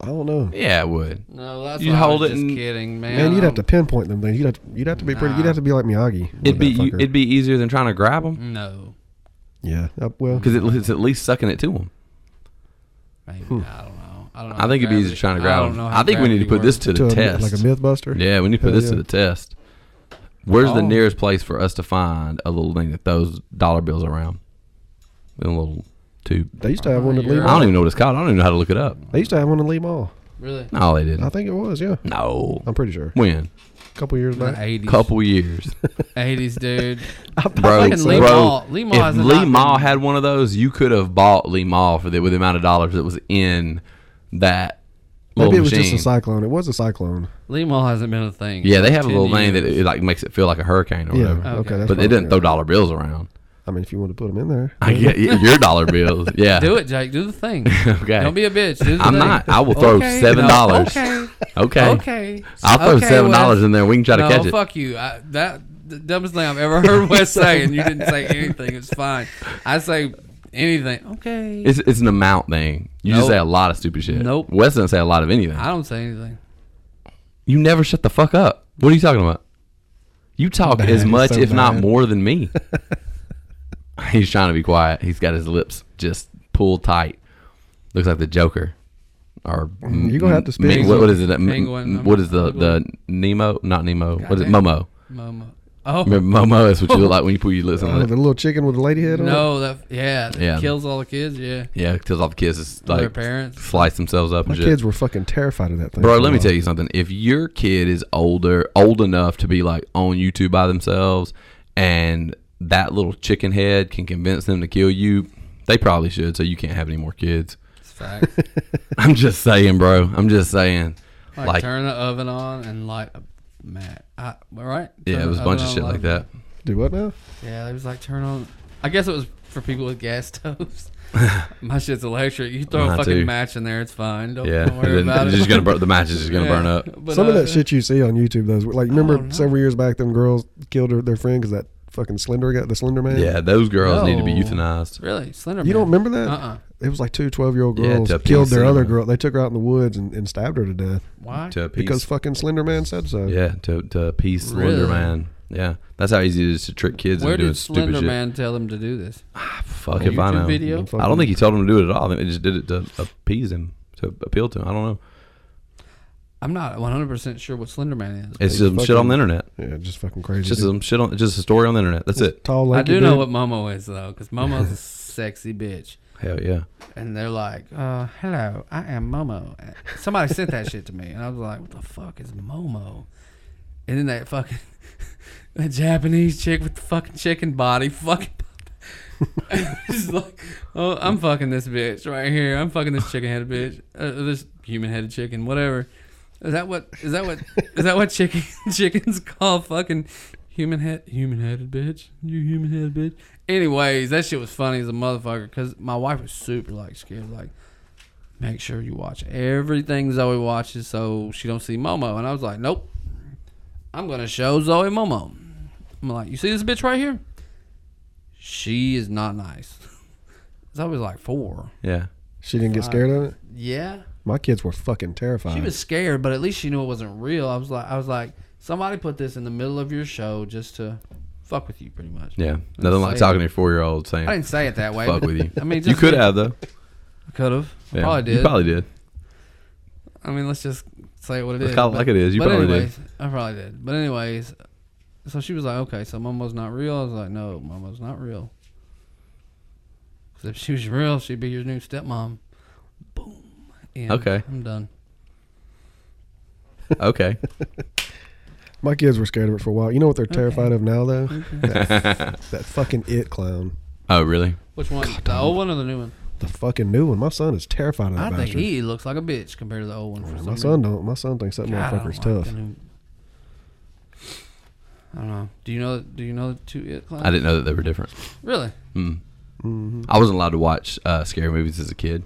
S4: I don't know.
S2: Yeah, it would.
S3: No, that's
S2: You'd
S3: why
S2: hold
S3: I was
S2: it
S3: just
S2: and-
S3: kidding, man.
S4: Man, you'd have to pinpoint them things. You'd have to, you'd have to be pretty. You'd
S3: Nah.
S4: have to be like Miyagi. with
S2: It'd be
S4: that
S2: you,
S4: fucker.
S2: it'd be easier than trying to grab
S3: Mm-hmm.
S2: them
S3: No.
S4: yeah. Uh, well,
S2: because it's at least sucking it to them.
S3: Maybe. I don't know. I don't know.
S2: I think it'd be easier trying to grab them. I think we need to put this to the
S4: to a-
S2: test.
S4: like a MythBuster.
S2: Yeah, we need to put
S4: Hell
S2: this to
S4: yeah.
S2: the test. Where's the
S3: Oh.
S2: nearest place for us to find a little thing that throws dollar bills around? In a little tube.
S4: They used to have one at
S3: Oh, You're
S4: Lee.
S2: I
S3: right.
S4: Mall.
S2: don't even know what it's called. I don't even know how to look it up.
S4: They used to have one in Lee Mall.
S3: Really?
S2: No, they
S4: I
S2: didn't.
S4: think it was. Yeah,
S2: No.
S4: I'm pretty sure.
S2: When?
S4: A couple years back.
S3: Eighties.
S2: Couple years.
S3: Eighties, dude.
S2: bro,
S3: Fucking Lee
S2: bro,
S3: Mall. Lee Mall
S2: if
S3: has
S2: Lee
S3: not
S2: Mall
S3: been-
S2: had one of those, you could have bought Lee Mall for the with the amount of dollars that was in that little
S4: Maybe it was
S2: machine.
S4: just a cyclone. It was a cyclone.
S3: Limo hasn't been a thing.
S2: yeah, they
S3: for
S2: have a
S3: 10
S2: little thing that
S3: years.
S2: it, like makes it feel like a hurricane or
S4: Yeah.
S2: whatever.
S4: Okay.
S3: Okay.
S4: that's
S2: but
S4: what
S2: it
S4: I'm
S2: doesn't throw
S4: thinking.
S2: dollar bills around.
S4: I mean, if you want to put them in there,
S2: I get y- your dollar bills. Yeah.
S3: Do it, Jake. Do the thing.
S2: Okay.
S3: Don't be a bitch. Do the
S2: I'm
S3: thing.
S2: not. I will throw
S3: Okay,
S2: seven
S3: no,
S2: dollars.
S3: Okay.
S2: Okay.
S3: Okay.
S2: I'll throw
S3: Okay,
S2: seven
S3: Wes.
S2: dollars in there. We can try to
S3: no,
S2: catch it.
S3: fuck you. I, that the dumbest thing I've ever heard Wes say, and you didn't say anything. It's fine. I say anything. Okay.
S2: It's it's an amount thing. You just
S3: Nope.
S2: say a lot of stupid shit.
S3: Nope.
S2: Wes doesn't say a lot of anything.
S3: I don't say anything.
S2: You never shut the fuck up. What are you talking about? You talk
S4: Bad,
S2: as much,
S4: so
S2: if not
S4: bad.
S2: more, than me. He's trying to be quiet. He's got his lips just pulled tight. Looks like the Joker. Or
S4: You're Mm, gonna have to
S2: Me-
S4: speak.
S2: what- what is it? M-
S3: Penguin.
S2: What is the the Nemo? Not Nemo. what is it?
S3: Goddamn.
S2: Momo.
S3: Momo. Oh
S2: Remember Momo is what you look like when you put your lips on
S4: oh,
S2: it.
S4: the little chicken with the lady head on. it?
S3: no, that yeah, that
S2: Yeah.
S3: kills all the kids. Yeah.
S2: Yeah, because all the kids just
S3: Or their
S2: like
S3: parents.
S2: slice themselves up
S4: my
S2: and shit.
S4: kids were fucking terrified of that thing.
S2: Bro, let me tell you something. If your kid is older, old enough to be like on YouTube by themselves, and that little chicken head can convince them to kill you, they probably should. So you can't have any more kids.
S3: It's fact.
S2: I'm just saying, bro. I'm just saying.
S3: Like,
S2: Like-
S3: turn the oven on and light a mat. I, right?
S2: Yeah,
S3: Turn
S2: it was a
S3: the
S2: bunch
S3: oven
S2: of
S3: on,
S2: shit
S3: light
S2: like
S3: a mat.
S2: that.
S4: Do what now?
S3: Yeah, they was like turn on. I guess it was for people with gas stoves. My shit's electric. You throw
S2: Mine
S3: a fucking
S2: too.
S3: match in there, it's fine. Don't,
S2: Yeah,
S3: don't worry
S2: And then
S3: about
S2: it's
S3: it.
S2: just gonna burn. The match is just gonna
S3: Yeah,
S2: burn up.
S3: but,
S4: Some of
S3: uh, Oh,
S4: that shit you see on YouTube, those were- like remember several years back, them girls killed her, their friend because that fucking slender guy, the slender man.
S2: Yeah, those girls need to be
S3: No.
S2: euthanized.
S3: Really, Slender.
S4: You don't remember that?
S3: Uh-uh.
S4: It was like two 12 year old
S2: Yeah,
S4: girls
S2: to
S4: killed their
S2: appease
S4: other
S2: them.
S4: girl. They took her out in the woods and, and stabbed her to death
S3: Why?
S2: To appease,
S4: because fucking Slender Man said so.
S2: yeah, to to appease Slender
S3: Really?
S2: Man. Yeah, that's how easy it is to trick kids
S3: Where
S2: into doing
S3: did
S2: stupid
S3: Slender
S2: shit.
S3: Man tell them to do this?
S2: Fuck
S3: A
S2: if I
S3: YouTube
S2: know.
S3: video?
S2: I don't think he told him to do it at all. I think they just did it to appease him, to appeal to him. I don't know.
S3: I'm not 100 percent sure what Slender Man is.
S2: It's
S4: He's
S2: just some shit on the internet.
S4: Yeah, just fucking crazy.
S2: It's just
S4: dude.
S2: some shit on. it's Just a story on the internet. That's it.
S4: tall,
S3: I
S4: lanky
S3: do know
S4: dude.
S3: what Momo is though, because Momo's a sexy bitch,
S2: Hell yeah.
S3: and they're like, uh, "Hello, I am Momo." Somebody sent that shit to me, and I was like, "What the fuck is Momo?" And then that fucking that Japanese chick with the fucking chicken body, fucking. She's like, oh, I'm fucking this bitch right here. I'm fucking this chicken headed bitch, uh, this human headed chicken, whatever. Is that what? Is that what? is that what chicken chickens call fucking human head? Human headed bitch. You human headed bitch. Anyways, that shit was funny as a motherfucker because my wife was super like scared. Like, make sure you watch everything Zoe watches so she don't see Momo. And I was like, nope. I'm gonna show Zoe Momo. I'm like, you see this bitch right here? She is not nice. Zoe was like four.
S2: Yeah.
S4: She didn't get scared of it.
S3: Yeah.
S4: My kids were fucking terrified.
S3: She was scared, but at least she knew it wasn't real. I was like, I was like, somebody put this in the middle of your show just to fuck with you, pretty much.
S2: Yeah. Nothing like
S3: say
S2: talking to
S3: it.
S2: your four year old
S3: I
S2: saying
S3: didn't say it that way.
S2: fuck
S3: but
S2: with you.
S3: I mean,
S2: you
S3: just-
S2: could have though.
S3: Could have.
S2: Yeah.
S3: Probably did.
S2: You probably did.
S3: I mean, let's just say what it
S2: Let's
S3: is.
S2: call it
S3: but-
S2: like it is. You
S3: but
S2: probably did.
S3: anyways, I probably did. But anyways, so she was like, okay, so Momo's not real. I was like, no, Momo's not real. 'Cause if she was real, she'd be your new stepmom. Boom. And
S2: Okay.
S3: I'm done.
S2: Okay.
S4: My kids were scared of it for a while. You know what they're terrified of now, though? That,
S2: oh,
S4: that fucking it clown.
S2: really?
S3: Which one? the old one or the new one?
S4: The fucking new one. My son is terrified of
S3: I
S4: that
S3: think
S4: bastard.
S3: he looks like a bitch compared to the old one. For
S4: my
S3: some
S4: son
S3: reason.
S4: don't. My son thinks that
S3: God, I don't
S4: motherfucker's
S3: like
S4: tough.
S3: the new- I don't know. Do you know? Do you know the two it clowns?
S2: I didn't know that they were different.
S3: Really?
S2: Mm.
S3: Mm-hmm.
S2: I wasn't allowed to watch uh, scary movies as a kid.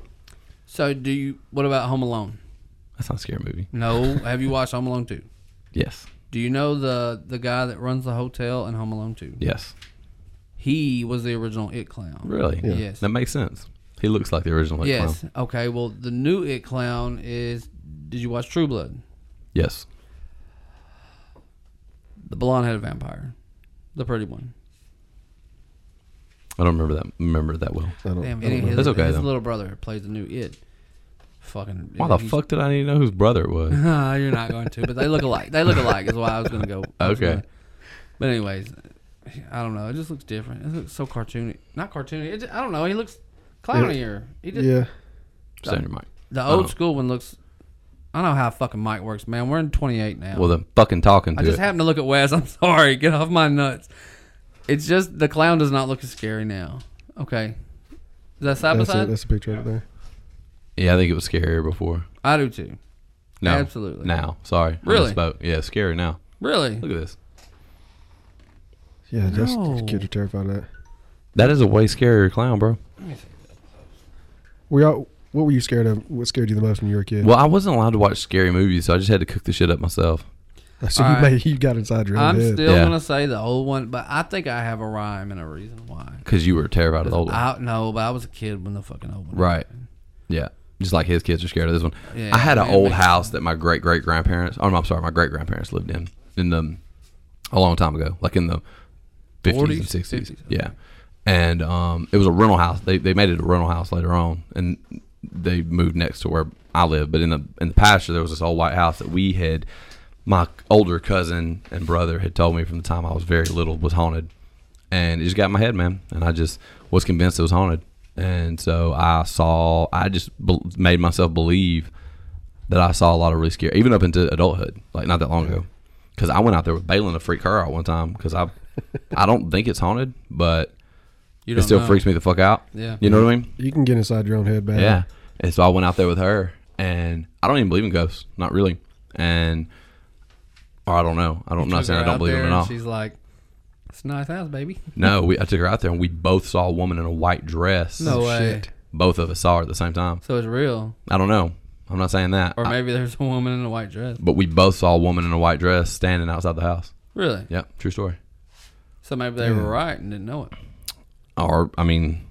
S3: So do you? What about Home Alone?
S2: That's not a scary movie.
S3: No. Have you watched Home Alone two?
S2: Yes.
S3: Do you know the the guy that runs the hotel in Home Alone two?
S2: Yes.
S3: He was the original it clown.
S2: Really?
S3: Yeah. Yes.
S2: That makes sense. He looks like the original.
S3: Yes.
S2: Yes.
S3: Okay. Well, the new it clown is. Did you watch True Blood?
S2: Yes.
S3: The blonde headed vampire, the pretty one.
S2: I don't remember that. Remember that well.
S4: I don't,
S3: Damn,
S4: I don't
S3: and
S4: know.
S3: his,
S2: That's okay,
S3: his
S2: though.
S3: little brother plays the new it. Fucking.
S2: Why the
S3: he's-
S2: fuck did I need to know whose brother it was?
S3: Ah, you're not going to, but they look alike. They look alike is why I was going to go. I was
S2: Okay.
S3: gonna- but anyways, I don't know. It just looks different. It looks so cartoony. Not cartoony. It just, I don't know. He looks clownier. He just,
S4: Yeah.
S2: Stay on your mic.
S3: The old
S2: Oh.
S3: school one looks. I don't know how fucking mic works, man. We're in 28 now.
S2: Well, then fucking talking to
S3: I just
S2: it.
S3: happened to look at Wes. I'm sorry. Get off my nuts. It's just the clown does not look as scary now. Okay. Is that side by
S4: That's it.
S3: side?
S4: That's the picture right there.
S2: yeah, I think it was scarier before.
S3: I do too.
S2: No,
S3: Absolutely.
S2: Now, sorry, I
S3: Really?
S2: misspoke. Yeah, scary now.
S3: Really?
S2: Look at this.
S4: Yeah, just
S3: No.
S4: kids are terrified of that.
S2: That is a way scarier clown, bro.
S4: We all. What were you scared of? What scared you the most when you were a kid?
S2: Well, I wasn't allowed to watch scary movies, so I just had to cook the shit up myself.
S4: So you,
S3: All right.
S4: made, you got inside your own
S3: I'm
S4: head.
S3: still
S2: Yeah.
S3: gonna say the old one, but I think I have a rhyme and a reason why.
S2: Cause you were terrified of the old one,
S3: I no, but I was a kid when the fucking old one.
S2: right? Yeah, just like his kids are scared of this one.
S3: Yeah,
S2: I had an
S3: man,
S2: old
S3: man.
S2: house that my great great grandparents. Oh, no, I'm sorry, my great grandparents lived in in the a long time ago, like in the 50s
S3: 40s,
S2: and 60s.
S3: 50s, okay.
S2: Yeah. And um, it was a rental house. They, they made it a rental house later on, and they moved next to where I live. But in the in the pasture, there was this old white house that we had. My older cousin and brother had told me from the time I was very little was haunted, and it just got in my head, man. And I just was convinced it was haunted, and so I saw. I just bel made myself believe that I saw a lot of really scary, even up into adulthood, like not that long ago. Because I went out there with Balin to freak her out one time. Because I, I don't think it's haunted, but it
S3: You don't
S2: still
S3: know.
S2: freaks me the fuck out.
S3: Yeah.
S2: you know what I mean.
S4: You can get inside your own head bad.
S2: Yeah. And so I went out there with her, and I don't even believe in ghosts, not really. And or I don't know. I don't, I'm not
S3: Took
S2: saying I
S3: her
S2: don't
S3: out
S2: believe in
S3: there
S2: them at
S3: and
S2: all.
S3: She's like, "It's a nice house, baby."
S2: No, we, I took her out there, and we both saw a woman in a white dress.
S3: No way.
S4: shit.
S2: both of us saw her at the same time.
S3: So it's real,
S2: I don't know. I'm not saying that.
S3: or
S2: I-
S3: maybe there's a woman in a white dress.
S2: but we both saw a woman in a white dress standing outside the house.
S3: Really?
S2: Yeah, true story.
S3: So maybe they were right and didn't know it.
S2: Or I mean,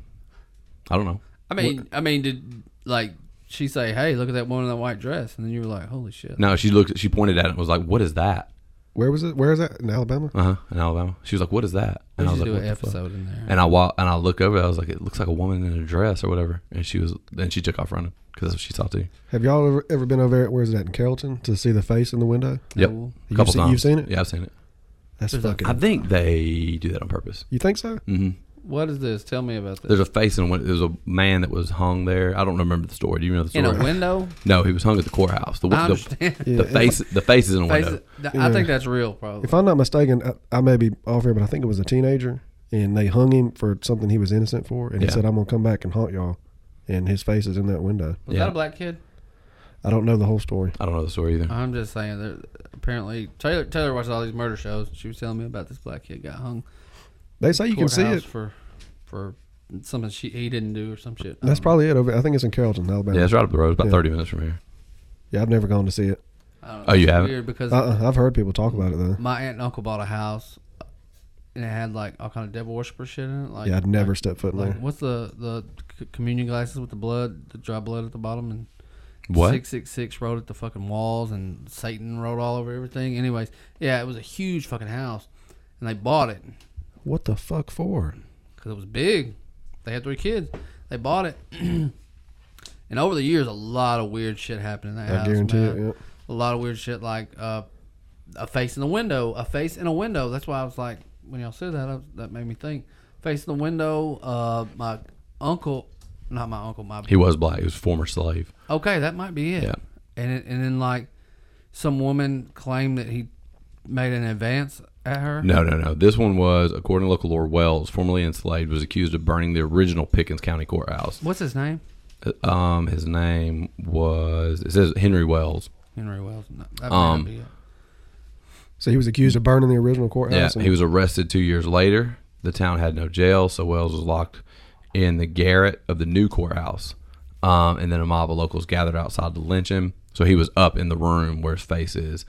S2: I don't know.
S3: I mean, I mean, did like she say, "Hey, look at that woman in that white dress," and then you were like, "Holy shit!"
S2: No, she looked. She pointed at it. and Was like, "What is that?"
S4: Where was it? Where is that? In Alabama?
S2: Uh huh. In Alabama, she was like, "What is that?"
S3: we
S2: And I
S3: should
S2: was like,
S3: do
S2: "What
S3: an
S2: the fuck?"
S3: episode in there.
S2: And I walk and I look over. I was like, "It looks like a woman in a dress or whatever." And she was. Then she took off running because that's what she saw too.
S4: Have y'all ever, ever been over at where is that in Carrollton to see the face in the window?
S2: Yep.
S3: Cool.
S2: A couple
S4: seen-
S2: times.
S4: you've seen it?
S2: Yeah, I've seen it.
S4: That's
S3: There's a-
S4: fucking.
S2: I think they do that on purpose.
S4: you think so?
S2: hmm
S3: What is this? Tell me about this.
S2: There's a face in one. There's a man that was hung there. I don't remember the story. Do you know the story?
S3: In a window.
S2: No, he was hung at the courthouse. The, wi-
S3: I
S2: the,
S3: understand.
S2: the
S4: Yeah.
S2: face. The face is in a window.
S3: Faces- th- I
S4: Yeah.
S3: think that's real, probably.
S4: If I'm not mistaken, I, I may be off here, but I think it was a teenager, and they hung him for something he was innocent for, and he
S2: Yeah.
S4: said, "I'm gonna come back and haunt y'all," and his face is in that window.
S3: Was
S2: Yeah.
S3: that a black kid?
S4: I don't know the whole story.
S2: I don't know the story
S4: Uh,
S2: either.
S3: I'm just saying. There, apparently, Taylor Taylor watches all these murder shows. and She was telling me about this black kid got hung.
S4: They say you can see
S3: courthouse
S4: it.
S3: for for something she he didn't do or some shit. I don't
S4: That's
S3: know.
S4: probably it. Over, I think it's in Carrollton, Alabama.
S2: yeah, it's right up the road. About
S4: Yeah.
S2: 30 minutes from here.
S4: Yeah, I've never gone to see it.
S3: I don't
S2: Oh, you
S3: It's
S2: haven't?
S3: Weird because
S4: Uh, uh I've heard people talk about it though.
S3: my aunt and uncle bought a house, and it had like all kind of devil worshiper shit in it. Like
S4: Yeah, I'd never
S3: like,
S4: stepped foot in
S3: like,
S4: there.
S3: what's the the c- communion glasses with the blood, the dry blood at the bottom, and
S2: What?
S3: Six six six rode at the fucking walls, and Satan rode all over everything. Anyways, yeah, it was a huge fucking house, and they bought it
S4: What the fuck for?
S3: because it was big. They had three kids. They bought it, and over the years, a lot of weird shit happened in that
S4: I
S3: house.
S4: guarantee
S3: man.
S4: it. Yeah.
S3: A lot of weird shit, like uh, a face in the window, a face in a window. That's why I was like, when y'all said that, I was, that made me think. Face in the window. Uh, my uncle, not my uncle, my
S2: He was black. He was a former slave.
S3: Okay, that might be it.
S2: Yeah.
S3: And it, and then like some woman claimed that he made an advance at her?
S2: No, no, no. This one was, according to local lore, Wells, formerly enslaved, was accused of burning the original Pickens County courthouse.
S3: What's his name?
S2: Um, his name was it says Henry Wells.
S3: Henry Wells. No, that may not
S2: Um,
S3: be it.
S4: So he was accused of burning the original courthouse.
S2: Yeah,
S4: and-
S2: he was arrested two years later. The town had no jail, so Wells was locked in the garret of the new courthouse. Um, and then a mob of locals gathered outside to lynch him. So he was up in the room where his face is.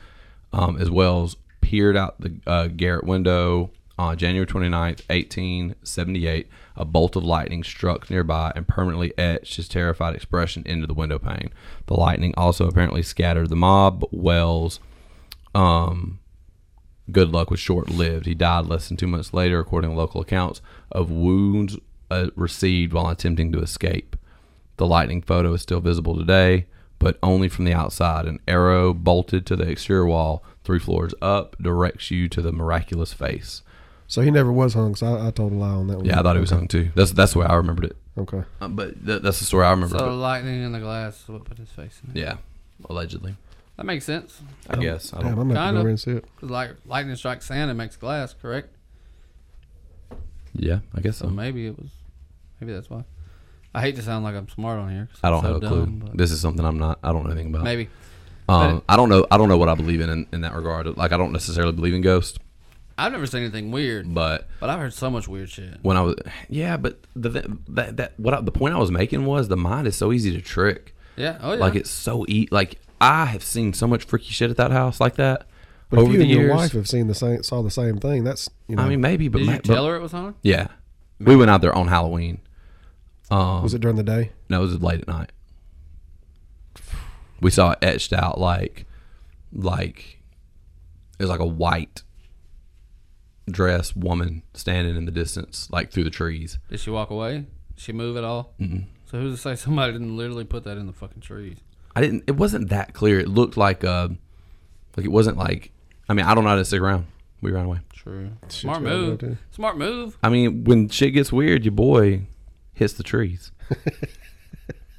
S2: Um, as Wells peered out the uh, garret window on January 29th, 1878, a bolt of lightning struck nearby and permanently etched his terrified expression into the window pane. The lightning also apparently scattered the mob, but Wells good luck was short lived. He died less than two months later, according to local accounts, of wounds uh, received while attempting to escape. The lightning photo is still visible today, but only from the outside. An arrow bolted to the exterior wall, three floors up, directs you to the miraculous face.
S4: so he never was hung. So I, I told a lie on that one.
S2: Yeah, I thought he was hung too. That's that's the way I remembered it.
S4: Okay.
S2: Uh, but th- that's the story I remember.
S3: So lightning in the glass is what put his face in. it.
S2: yeah, allegedly.
S3: That makes sense.
S2: I guess. I
S4: Damn,
S2: don't.
S4: I'm not
S3: Kinda.
S4: go over and see it.
S3: Because like lightning strikes sand and makes glass, correct?
S2: Yeah, I guess
S3: So
S2: so.
S3: maybe it was. Maybe that's why. I hate to sound like I'm smart on here. 'cause
S2: I
S3: I'm
S2: don't
S3: so
S2: have a
S3: dumb,
S2: clue.
S3: but
S2: This is something I'm not. I don't know anything about.
S3: maybe.
S2: Um, I don't know. I don't know what I believe in, in in that regard. Like I don't necessarily believe in ghosts,
S3: I've never seen anything weird,
S2: but
S3: but I've heard so much weird shit.
S2: when I was yeah, but the that, that what I, the point I was making was the mind is so easy to trick.
S3: Yeah. Oh yeah.
S2: Like it's so e like I have seen so much freaky shit at that house like that
S4: But
S2: over
S4: if you
S2: the
S4: and
S2: years.
S4: your wife have seen the same, saw the same thing, that's you know.
S2: I mean, maybe, but,
S3: Did
S2: ma-
S3: you
S2: but-
S3: tell her it was on?
S2: yeah, we went out there on Halloween.
S4: was it during the day?
S2: No, it was late at night. We saw it etched out like, like, it was like a white dress woman standing in the distance, like through the trees.
S3: Did she walk away? Did she move at all? mm So who's to say somebody didn't literally put that in the fucking trees?
S2: I didn't. It wasn't that clear. It looked like a, like it wasn't like. I mean, I don't know how to stick around. We ran away.
S3: True. Smart
S4: you gotta
S3: move.
S4: do.
S3: Smart move.
S2: I mean, when shit gets weird, your boy hits the trees.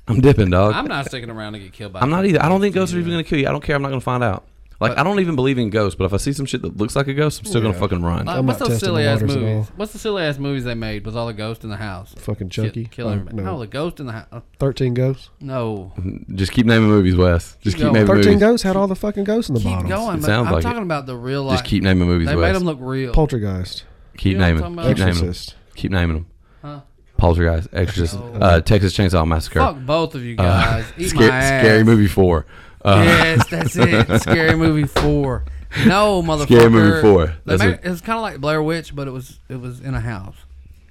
S2: I'm dipping, dog.
S3: I'm not sticking around to get killed by.
S2: I'm not either. I don't think ghosts are even gonna kill you. I don't care. I'm not gonna find out. Like I don't even believe in ghosts, but if I see some shit that looks like a ghost, I'm still gonna fucking run.
S3: Like,
S4: I'm
S3: what's
S4: not
S3: those
S4: testing the
S3: silly ass
S4: waters at
S3: movies?
S4: all.
S3: What's the silly ass movies they made with all the ghosts in the house?
S4: Fucking Chucky.
S3: Kill, kill
S4: Oh,
S3: everybody.
S4: no.
S3: No, the ghost in the house.
S4: Thirteen ghosts.
S3: No.
S2: Just keep naming movies, Wes. Just keep
S3: going.
S2: naming
S4: Thirteen
S2: movies.
S4: ghosts had all the fucking ghosts in the
S3: Keep
S4: bottom.
S3: going.
S2: It
S3: But
S2: sounds
S3: I'm
S2: like
S3: talking
S2: it.
S3: about the real life.
S2: Just keep naming movies,
S3: They made
S2: Wes.
S3: them look real.
S4: Poltergeist.
S2: Keep
S3: You know what
S2: naming
S3: I'm
S2: them.
S3: talking
S2: Keep
S3: about?
S2: naming them.
S4: Exorcist.
S2: Keep naming them.
S3: Huh?
S2: Poltergeist, Exorcist, uh, Texas Chainsaw Massacre,
S3: Fuck both of you
S2: uh,
S3: guys. Eat
S2: scary,
S3: my ass.
S2: scary movie four. Uh,
S3: Yes, that's it. Scary movie four. No, motherfucker.
S2: Scary Movie 4.
S3: They
S2: That's
S3: made,
S2: what-
S3: it was kind of like Blair Witch, but it was it was in a house.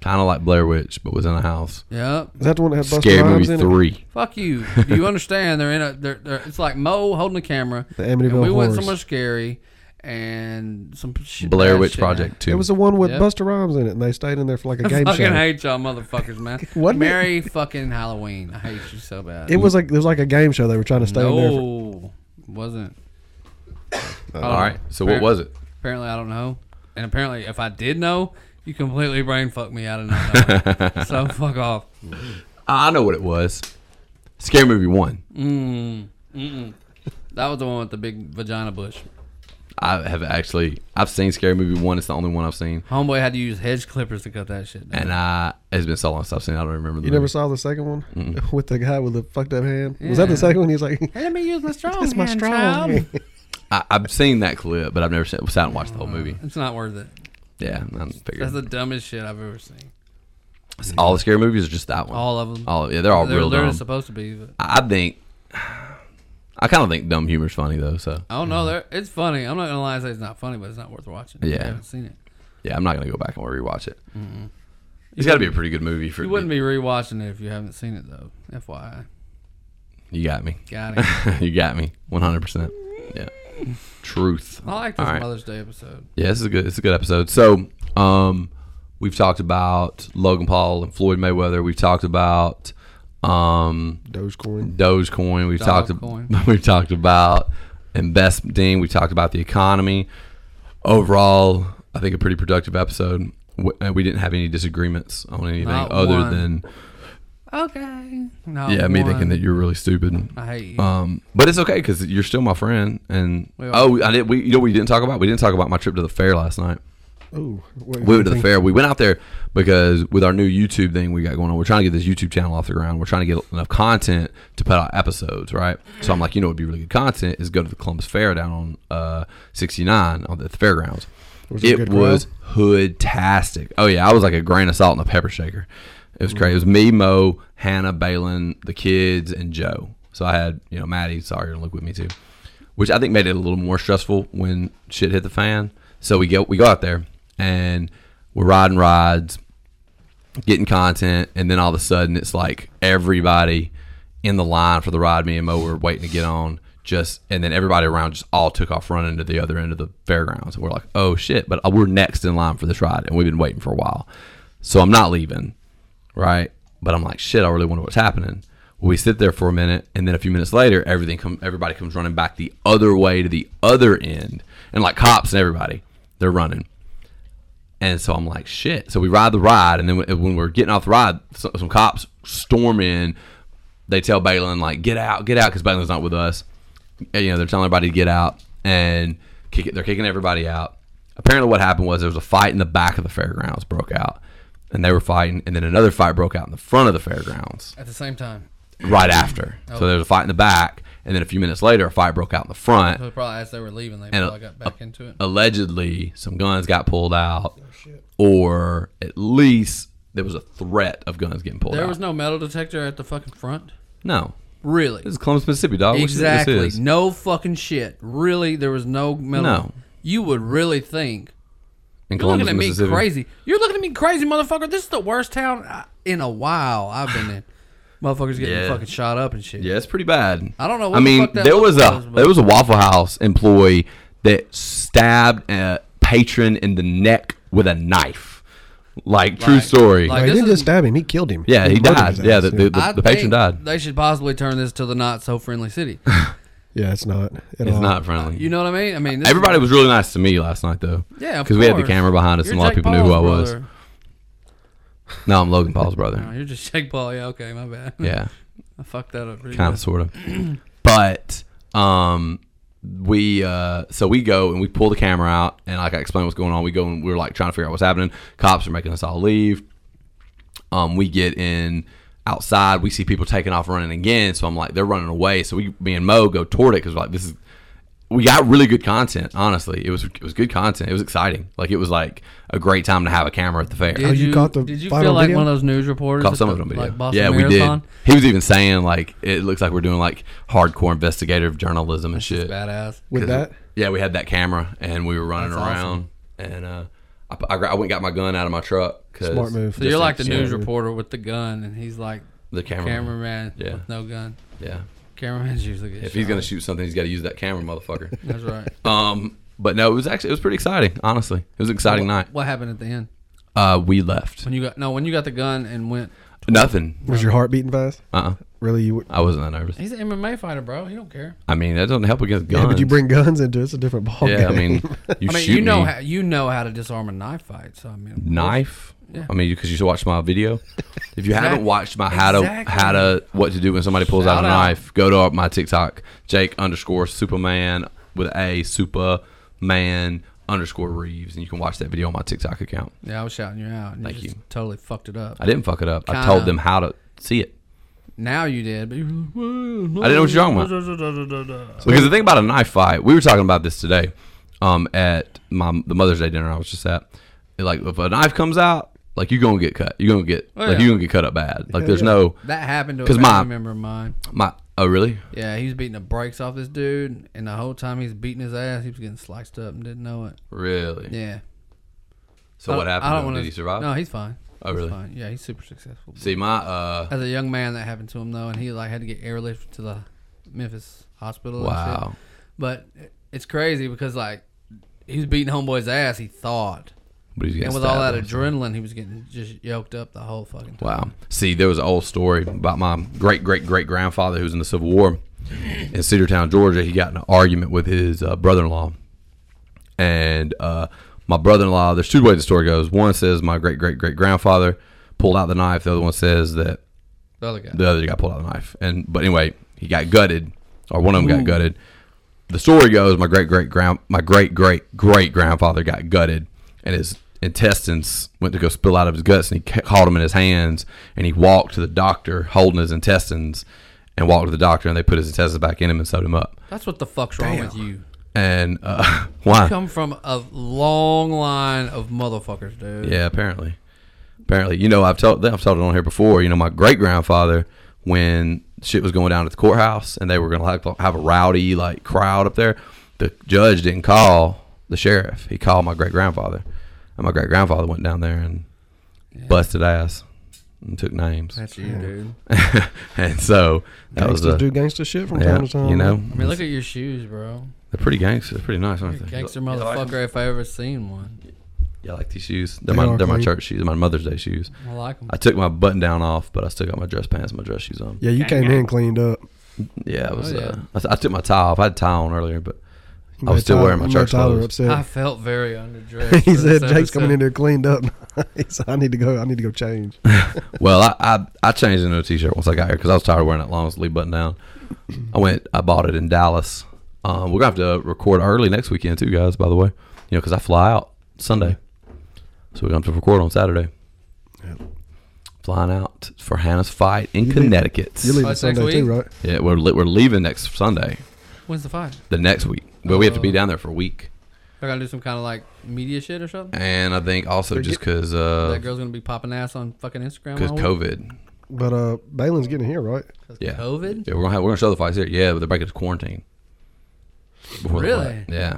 S2: Kind of like Blair Witch, but was in a house.
S3: Yep.
S4: Is that the one that had Busta
S2: Scary
S4: Rhymes
S2: movie
S4: in it?
S2: three.
S3: Fuck you. Do you understand? They're in a. They're, they're, it's like Mo holding the camera.
S4: The
S3: and
S4: Amityville
S3: We went
S4: Horrors.
S3: somewhere scary, and some shit,
S2: Blair
S3: bad
S2: Witch
S3: shit
S2: Project
S3: happened.
S2: two.
S4: It was the one with
S3: Yep.
S4: Buster Busta Rhymes in it, and they stayed in there for like a
S3: I
S4: game
S3: fucking
S4: show.
S3: hate y'all motherfuckers, man.
S4: Wasn't it?
S3: Merry fucking Halloween. I hate you so bad.
S4: It was like there was like a game show they were trying to stay in there. For,
S3: no, wasn't. Oh,
S2: All right. Uh, So what was it?
S3: Apparently, I don't know. And apparently, if I did know, you completely brain fucked me out of not knowing. so fuck off.
S2: I I know what it was. Scary movie one.
S3: Mm, mm-mm. That was the one with the big vagina bush.
S2: I have actually I've seen Scary Movie One. It's the only one I've seen,
S3: Homeboy had to use hedge clippers to cut that shit. down.
S2: and I it's been so long since I've seen. It, I don't remember. The
S4: you never
S2: movie.
S4: saw the second one with the guy with the fucked up hand? Was that the second one? He's like,
S3: Hey, let me use my strong
S4: "It's my
S3: hand,
S4: strong."
S3: child.
S4: hand."
S2: I, I've seen that clip, but I've never sat, sat and watched the whole movie.
S3: It's not worth it.
S2: Yeah, I
S3: That's
S2: figured
S3: the dumbest shit I've ever seen.
S2: all the scary movies are just that one.
S3: All of them.
S2: All yeah, they're all
S3: they're
S2: real
S3: literally
S2: dumb.
S3: supposed to be. But
S2: I I think I kind of think dumb humor's funny though. So
S3: I don't know. They're, it's funny. I'm not gonna lie and say it's not funny, but it's not worth watching.
S2: Yeah.
S3: I haven't seen it.
S2: yeah, I'm not gonna go back and rewatch it. It's got to be a pretty good movie for
S3: Mm-hmm. You wouldn't be rewatching it if you haven't seen it though. FYI,
S2: You got me.
S3: got it.
S2: you got me. 100. percent Yeah. Truth.
S3: I like
S2: All
S3: this
S2: right.
S3: Mother's Day episode.
S2: Yeah, this is a good. It's a good episode. So, um, we've talked about Logan Paul and Floyd Mayweather. We've talked about um,
S4: Dogecoin.
S2: Dogecoin. We've talked.
S3: Dogecoin.
S2: We've talked about investing. We've talked about the economy. Overall, I think a pretty productive episode. We, uh, we didn't have any disagreements on anything
S3: Not
S2: other
S3: one.
S2: than
S3: Okay. No.
S2: yeah, me thinking
S3: one.
S2: that you're really stupid.
S3: I hate you.
S2: Um, but it's okay because you're still my friend. And
S3: We are.
S2: oh, I did. We you know what we didn't talk about. We didn't talk about my trip to the fair last night.
S4: Oh,
S2: We went to the fair. We went out there because with our new YouTube thing we got going on, we're trying to get this YouTube channel off the ground. We're trying to get enough content to put out episodes, right? So I'm like, you know, it'd be really good content is go to the Columbus Fair down on uh, 69 on the fairgrounds.
S4: Was it a
S2: it
S4: good
S2: was hoodtastic. Oh yeah, I was like a grain of salt in a pepper shaker. It was crazy. It was me, Mo, Hannah, Balin, the kids, and Joe. So I had you know Maddie, Sawyer, and Luke with me too, which I think made it a little more stressful when shit hit the fan. So we go we go out there and we're riding rides getting content, and then all of a sudden it's like everybody in the line for the ride. Me and Mo were waiting to get on, just and then everybody around just all took off running to the other end of the fairgrounds. And we're like, oh shit! But we're next in line for this ride, and we've been waiting for a while, so I'm not leaving, right? But I'm like, shit! I really wonder what's happening. Well, we sit there for a minute, and then a few minutes later, everything come everybody comes running back the other way to the other end, and like cops and everybody, they're running. And so I'm like, shit. So we ride the ride, and then when when we're getting off the ride, some, some cops storm in. They tell Balin like, get out, get out, because Balin's not with us. And, you know, they're telling everybody to get out and kick it. They're kicking everybody out. Apparently, what happened was there was a fight in the back of the fairgrounds broke out, and they were fighting, and then another fight broke out in the front of the fairgrounds
S3: At the same time.
S2: right after. So there was a fight in the back, and then a few minutes later, a fight broke out in the front
S3: So probably as they were leaving, they
S2: and uh,
S3: probably got back into it.
S2: allegedly some guns got pulled out, or at least there was a threat of guns getting pulled
S3: There
S2: out.
S3: was no metal detector at the fucking front.
S2: no.
S3: Really?
S2: This is Columbus, Mississippi, dog. What you think this
S3: Exactly.
S2: is?
S3: No fucking shit. Really, there was no metal.
S2: No.
S3: You would really think.
S2: In
S3: You're
S2: Columbus,
S3: looking at me
S2: Mississippi.
S3: crazy. You're looking at me crazy, motherfucker. This is the worst town I- in a while I've been in. Motherfuckers getting
S2: Yeah.
S3: fucking shot up and shit.
S2: Yeah, it's pretty bad.
S3: I don't know what
S2: I
S3: the
S2: mean,
S3: fuck that
S2: there was
S3: look
S2: a
S3: was, but-
S2: there was a Waffle House employee that stabbed a patron in the neck with a knife. Like, true
S3: Like-
S2: story.
S3: like-
S4: He
S3: this
S4: didn't
S3: is-
S4: just stab him. He killed him.
S2: yeah, he
S4: murdered
S2: died.
S4: his
S2: Yeah,
S4: ass,
S2: the, the, the,
S3: I
S2: the patron
S3: think
S2: died.
S3: They should possibly turn this to the not so friendly city.
S4: yeah, it's not. At
S2: It's
S4: all.
S2: not friendly.
S3: You know what I mean? I mean, this is-
S2: Everybody was really nice to me last night, though.
S3: Yeah, of
S2: because we had the
S3: course.
S2: camera behind us,
S3: You're
S2: and a lot of
S3: Jake
S2: people knew who I
S3: Paul's
S2: was.
S3: brother.
S2: No, I'm Logan Paul's brother.
S3: No, you're just Jake Paul. Yeah, okay, my bad.
S2: Yeah,
S3: I fucked that up. Pretty
S2: kind of, sort of. But um, we uh, so we go and we pull the camera out, and like I explained what's going on. We go and we're like trying to figure out what's happening. Cops are making us all leave. Um, we get in outside. We see people taking off running again. So I'm like, they're running away. So we, me and Mo, go toward it because like this is. We got really good content. Honestly, it was it was good content. It was exciting. Like it was like a great time to have a camera at the fair.
S3: Did
S4: Oh, you caught the
S3: Did you
S4: final
S3: feel like
S4: video?
S3: one of those news reporters?
S2: Caught
S3: at
S2: some
S3: the,
S2: of it on video.
S3: Like Boston
S2: yeah,
S3: Marathon?
S2: we did. He was even saying like it looks like we're doing like hardcore investigative journalism and shit.
S3: Badass.
S4: With
S2: 'Cause-
S4: that,
S2: Yeah, we had that camera and we were running
S3: That's awesome.
S2: around and uh, I, pu- I, gra- I went and got my gun out of my truck. 'cause-
S4: Smart move.
S3: So you're like the
S2: Yeah.
S3: news reporter with the gun, and he's like
S2: The camera.
S3: cameraman
S2: Yeah.
S3: with no gun.
S2: Yeah.
S3: Cameraman's usually get
S2: If he's
S3: shot.
S2: gonna shoot something, he's got to use that camera, motherfucker.
S3: That's right.
S2: um, but no, it was actually it was pretty exciting. Honestly, it was an exciting night.
S3: What happened at the end
S2: Uh, we left.
S3: when you got no when you got the gun and went?
S2: Nothing.
S4: was your heart beating fast?
S2: Uh. uh
S4: Really, you? would-
S2: I wasn't that nervous.
S3: He's an MMA fighter, bro. He don't care.
S2: I mean, that doesn't help against guns.
S4: Yeah, but you bring guns into it, it's a different ball
S2: Yeah, I
S4: game.
S2: mean, you
S3: I mean,
S2: shoot
S3: you know
S2: me.
S3: how you know how to disarm a knife fight. So I mean, of
S2: knife.
S3: Yeah.
S2: I mean, because you should watch my video. If you haven't
S3: Exact-
S2: watched my how to
S3: exactly.
S2: how to what to do when somebody pulls out
S3: Shout
S2: a
S3: out.
S2: knife, go to my TikTok Jake underscore Superman with a Superman underscore Reeves, and you can watch that video on my TikTok account.
S3: course. Yeah, I was shouting you out. And
S2: Thank
S3: you. just
S2: you.
S3: Totally fucked it up.
S2: I didn't fuck it up. I
S3: Kinda.
S2: told them how to see it
S3: Now you did, but you were like,
S2: I didn't know what you're
S3: talking about.
S2: because the thing about a knife fight, we were talking about this today, um, at my the Mother's Day dinner I was just at. It, Like, if a knife comes out, like you're gonna get cut. You're gonna get
S3: Oh,
S2: like
S3: yeah.
S2: you're gonna get cut up bad. Like, there's no
S3: That happened to a
S2: 'Cause
S3: family
S2: my-
S3: member of mine.
S2: my. Oh, really?
S3: Yeah, he was beating the brakes off this dude, and the whole time he was beating his ass, he was getting sliced up and didn't know it.
S2: Really?
S3: Yeah.
S2: So
S3: I
S2: what
S3: don't-
S2: happened?
S3: I
S2: to
S3: don't
S2: him?
S3: wanna-
S2: Did he survive?
S3: No, he's fine.
S2: Oh,
S3: He's
S2: really?
S3: fine. Yeah, he's super successful.
S2: See, my uh,
S3: As a young man, that happened to him though, and he like had to get airlifted to the Memphis hospital. And
S2: wow.
S3: shit. But it- it's crazy because like he was beating homeboy's ass. He thought,
S2: But he's getting
S3: and with all that
S2: stabbed.
S3: adrenaline, he was getting just yoked up the whole fucking time.
S2: Wow. See, there was an old story about my great great great grandfather who was in the Civil War in Cedartown, Georgia. He got in an argument with his uh, brother in law. And uh, my brother in law, there's two ways the story goes. One says my great great great grandfather pulled out the knife, the other one says that
S3: The other guy.
S2: the other guy pulled out a knife. And but anyway, he got gutted, or one of them got gutted. The story goes: my great great grand, my great great great grandfather got gutted, and his intestines went to go spill out of his guts, and he ca- caught them in his hands, and he walked to the doctor holding his intestines, and walked to the doctor, and they put his intestines back in him and sewed him up.
S3: That's what the fuck's wrong with you.
S2: And uh, why?
S3: You come from a long line of motherfuckers, dude.
S2: Yeah, apparently. Apparently, you know, I've told I've told it on here before. You know, my great grandfather, when shit was going down at the courthouse and they were gonna like have a rowdy like crowd up there, the judge didn't call the sheriff. He called my great grandfather, and my great grandfather went down there and busted ass and took names.
S3: That's you, dude.
S2: and so that was
S4: Gangsters
S2: the
S4: do gangster shit from
S2: yeah,
S4: time to time.
S2: you know,
S3: I mean, look at your shoes, bro.
S2: they're pretty gangster. They're pretty nice,
S3: You're
S2: aren't
S3: a
S2: they?
S3: gangster
S2: You like 'em?
S3: motherfucker if I ever seen one.
S2: Yeah, I like these shoes. They're
S4: They
S2: my
S4: are
S2: they're my
S4: clean.
S2: church shoes. They're my Mother's Day shoes.
S3: I like them.
S2: I took my button down off, but I still got my dress pants and my dress shoes on.
S4: Yeah, you came in cleaned up.
S2: Yeah, it was.
S3: yeah.
S2: Uh, I, I took my tie off. I had a tie on earlier, but
S4: Oh, You
S2: I was
S4: made
S2: still
S4: Tyler-
S2: wearing my
S4: you made
S2: church
S4: Tyler
S2: clothes.
S4: upset.
S3: I felt very underdressed.
S4: he
S3: for
S4: said
S3: this
S4: Jake's coming
S3: episode.
S4: in there cleaned up. he said, I need to go. I need to go change.
S2: well, I, I I changed into a t-shirt once I got here because I was tired of wearing that long sleeve button down. I went. I bought it in Dallas. Um, we're gonna have to record early next weekend too, guys. By the way, you know, because I fly out Sunday, so we're gonna have to record on Saturday.
S4: Yep.
S2: Flying out for Hannah's fight in Connecticut.
S4: You're
S3: Oh,
S4: leaving
S3: it's
S4: Sunday
S3: next
S4: too,
S3: week?
S4: right?
S2: yeah, we're li- we're leaving next Sunday,
S3: When's the fight?
S2: the next week, but we have to be
S3: Oh.
S2: down there for a week.
S3: They're gonna do some kind of like media shit or something.
S2: And I think also just uh, because
S3: that girl's gonna be popping ass on fucking Instagram.
S2: because
S3: all week
S2: COVID.
S4: But uh, Balin's getting here, right?
S3: 'cause
S2: Yeah.
S3: COVID.
S2: Yeah, we're gonna have, we're gonna show the fights here. Yeah, but they're back into quarantine. Before the
S3: Really?
S2: fight. Yeah.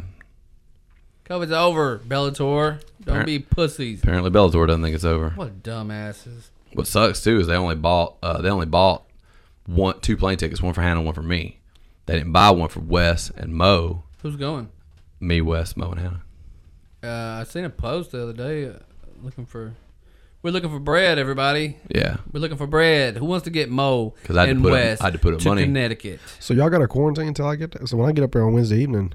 S3: COVID's over, Bellator. Don't
S2: Apparent-
S3: be pussies.
S2: Apparently Bellator doesn't think it's over. What,
S3: What dumbasses.
S2: sucks too is they only bought uh, they only bought one two plane tickets, one for Hannah, one for me. They didn't buy one for Wes and Mo.
S3: Who's going?
S2: Me, Wes, Mo, and Hannah.
S3: Uh, I seen a post the other day uh, looking for. We're looking for bread, everybody.
S2: Yeah.
S3: We're looking for bread. Who wants to get Mo
S2: 'Cause I had to
S3: and
S2: put up-
S3: West
S2: I had to put up
S3: to
S2: money.
S3: Connecticut?
S4: So y'all got to quarantine until I get there. So when I get up there on Wednesday evening,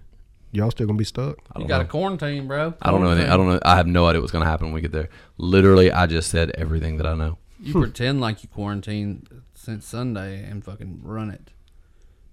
S4: y'all still gonna be stuck.
S2: I
S3: You
S2: don't
S3: got
S2: know.
S3: a quarantine, bro.
S2: I don't know. Anything.
S3: Quarantine.
S2: I don't know. I have no idea what's gonna happen when we get there. Literally, I just said everything that I know.
S3: You pretend like you quarantined since Sunday and fucking run it.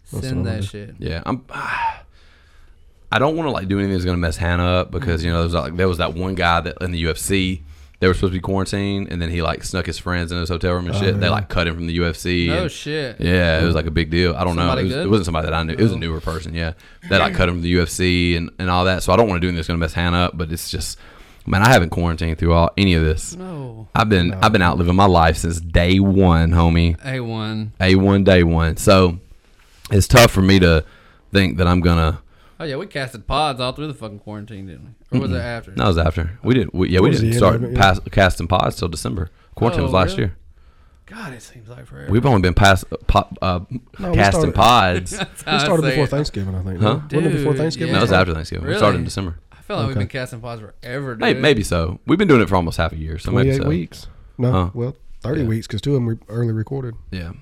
S3: Send that shit.
S2: Yeah, I'm. I don't want to like do anything that's gonna mess Hannah up because you know there was like there was that one guy that in the UFC they were supposed to be quarantined and then he like snuck his friends in his hotel room and shit. They like cut him from the UFC.
S3: Oh, No
S2: and-
S3: shit.
S2: Yeah, it was like a big deal. I don't
S3: Somebody
S2: know. It, was,
S3: good? Oh.
S2: it wasn't somebody that I knew. It was a newer person. Yeah, that like cut him from the UFC and, and all that. So I don't want to do anything that's gonna mess Hannah up. But it's just, man, I haven't quarantined through all any of this.
S3: No.
S2: I've been I've been out living my life since day one, homie.
S3: A one.
S2: A one day one. So it's tough for me to think that I'm gonna.
S3: Oh yeah, we casted pods all through the fucking quarantine, didn't we? Or was it after?
S2: No, it was after we didn't. We, yeah, we
S4: was
S2: didn't
S4: the end
S2: start
S4: of it, yeah.
S2: pass, casting pods till December. Quarantine
S3: Oh,
S2: was last
S3: really?
S2: year.
S3: God, it seems like forever.
S2: We've only been past pop, uh,
S4: No, we
S2: casting
S4: started-
S2: pods. no,
S4: We started before Thanksgiving, I think.
S2: uh, Huh?
S4: Huh? Wasn't it before
S3: Dude,
S4: Thanksgiving?
S2: it was
S3: Yeah.
S2: after Thanksgiving. We started
S3: Really?
S2: in December.
S3: I feel like we've
S4: Okay.
S3: been casting pods forever. Dude.
S2: Maybe, maybe so. We've been doing it for almost half a year. So maybe
S4: Twenty-eight
S2: so.
S4: weeks. No,
S2: Huh.
S4: well, thirty
S2: Yeah.
S4: weeks because two of them were early recorded.
S2: Yeah,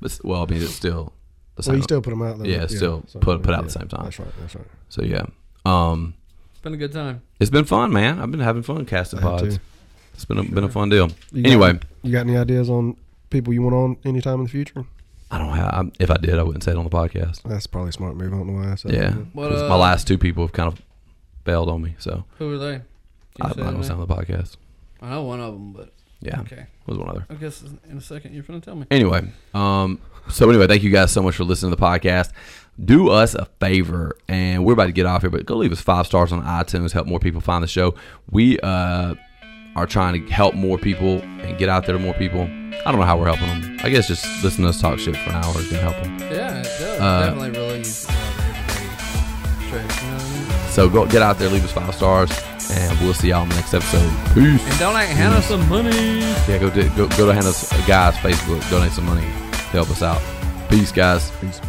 S2: but s- well, I mean, it's still. The
S4: Well,
S2: same.
S4: you still put them out. Though.
S2: Yeah, still put- put out at the same time.
S4: That's right. That's right.
S2: so yeah, um,
S3: It's been a good time.
S2: it's been fun, man. I've been having fun casting
S4: I have
S2: pods.
S4: too.
S2: It's been a, been a fun deal.
S4: You got-
S2: anyway,
S4: you got any ideas on people you want on anytime in the future?
S2: I don't have. I'm, if I did, I wouldn't say it on the podcast.
S4: That's probably a smart move. I don't know why I said
S2: Yeah,
S4: that.
S3: What,
S2: 'cause
S3: uh,
S2: my last two people have kind of bailed on me, so
S3: Who were they? Can you
S2: I, I
S3: say their
S2: don't
S3: name?
S2: sound the podcast.
S3: I know one of them, but
S2: Yeah,
S3: okay.
S2: was one other.
S3: I guess in a second you're gonna tell me.
S2: Anyway, um, so anyway, thank you guys so much for listening to the podcast. Do us a favor, and we're about to get off here, but go leave us five stars on iTunes. Help more people find the show. We uh, are trying to help more people and get out there to more people. I don't know how we're helping them. I guess just listen to us talk shit for an hour is gonna help them.
S3: Yeah, it does.
S2: Uh,
S3: Definitely really useful. Stress, you know what I mean?
S2: So go get out there, leave us five stars, and we'll see y'all in the next episode. Peace.
S3: And donate Hannah some money.
S2: Yeah, go, do, go go to Hannah's uh, guys Facebook. Donate some money to help us out. Peace, guys.
S4: Peace.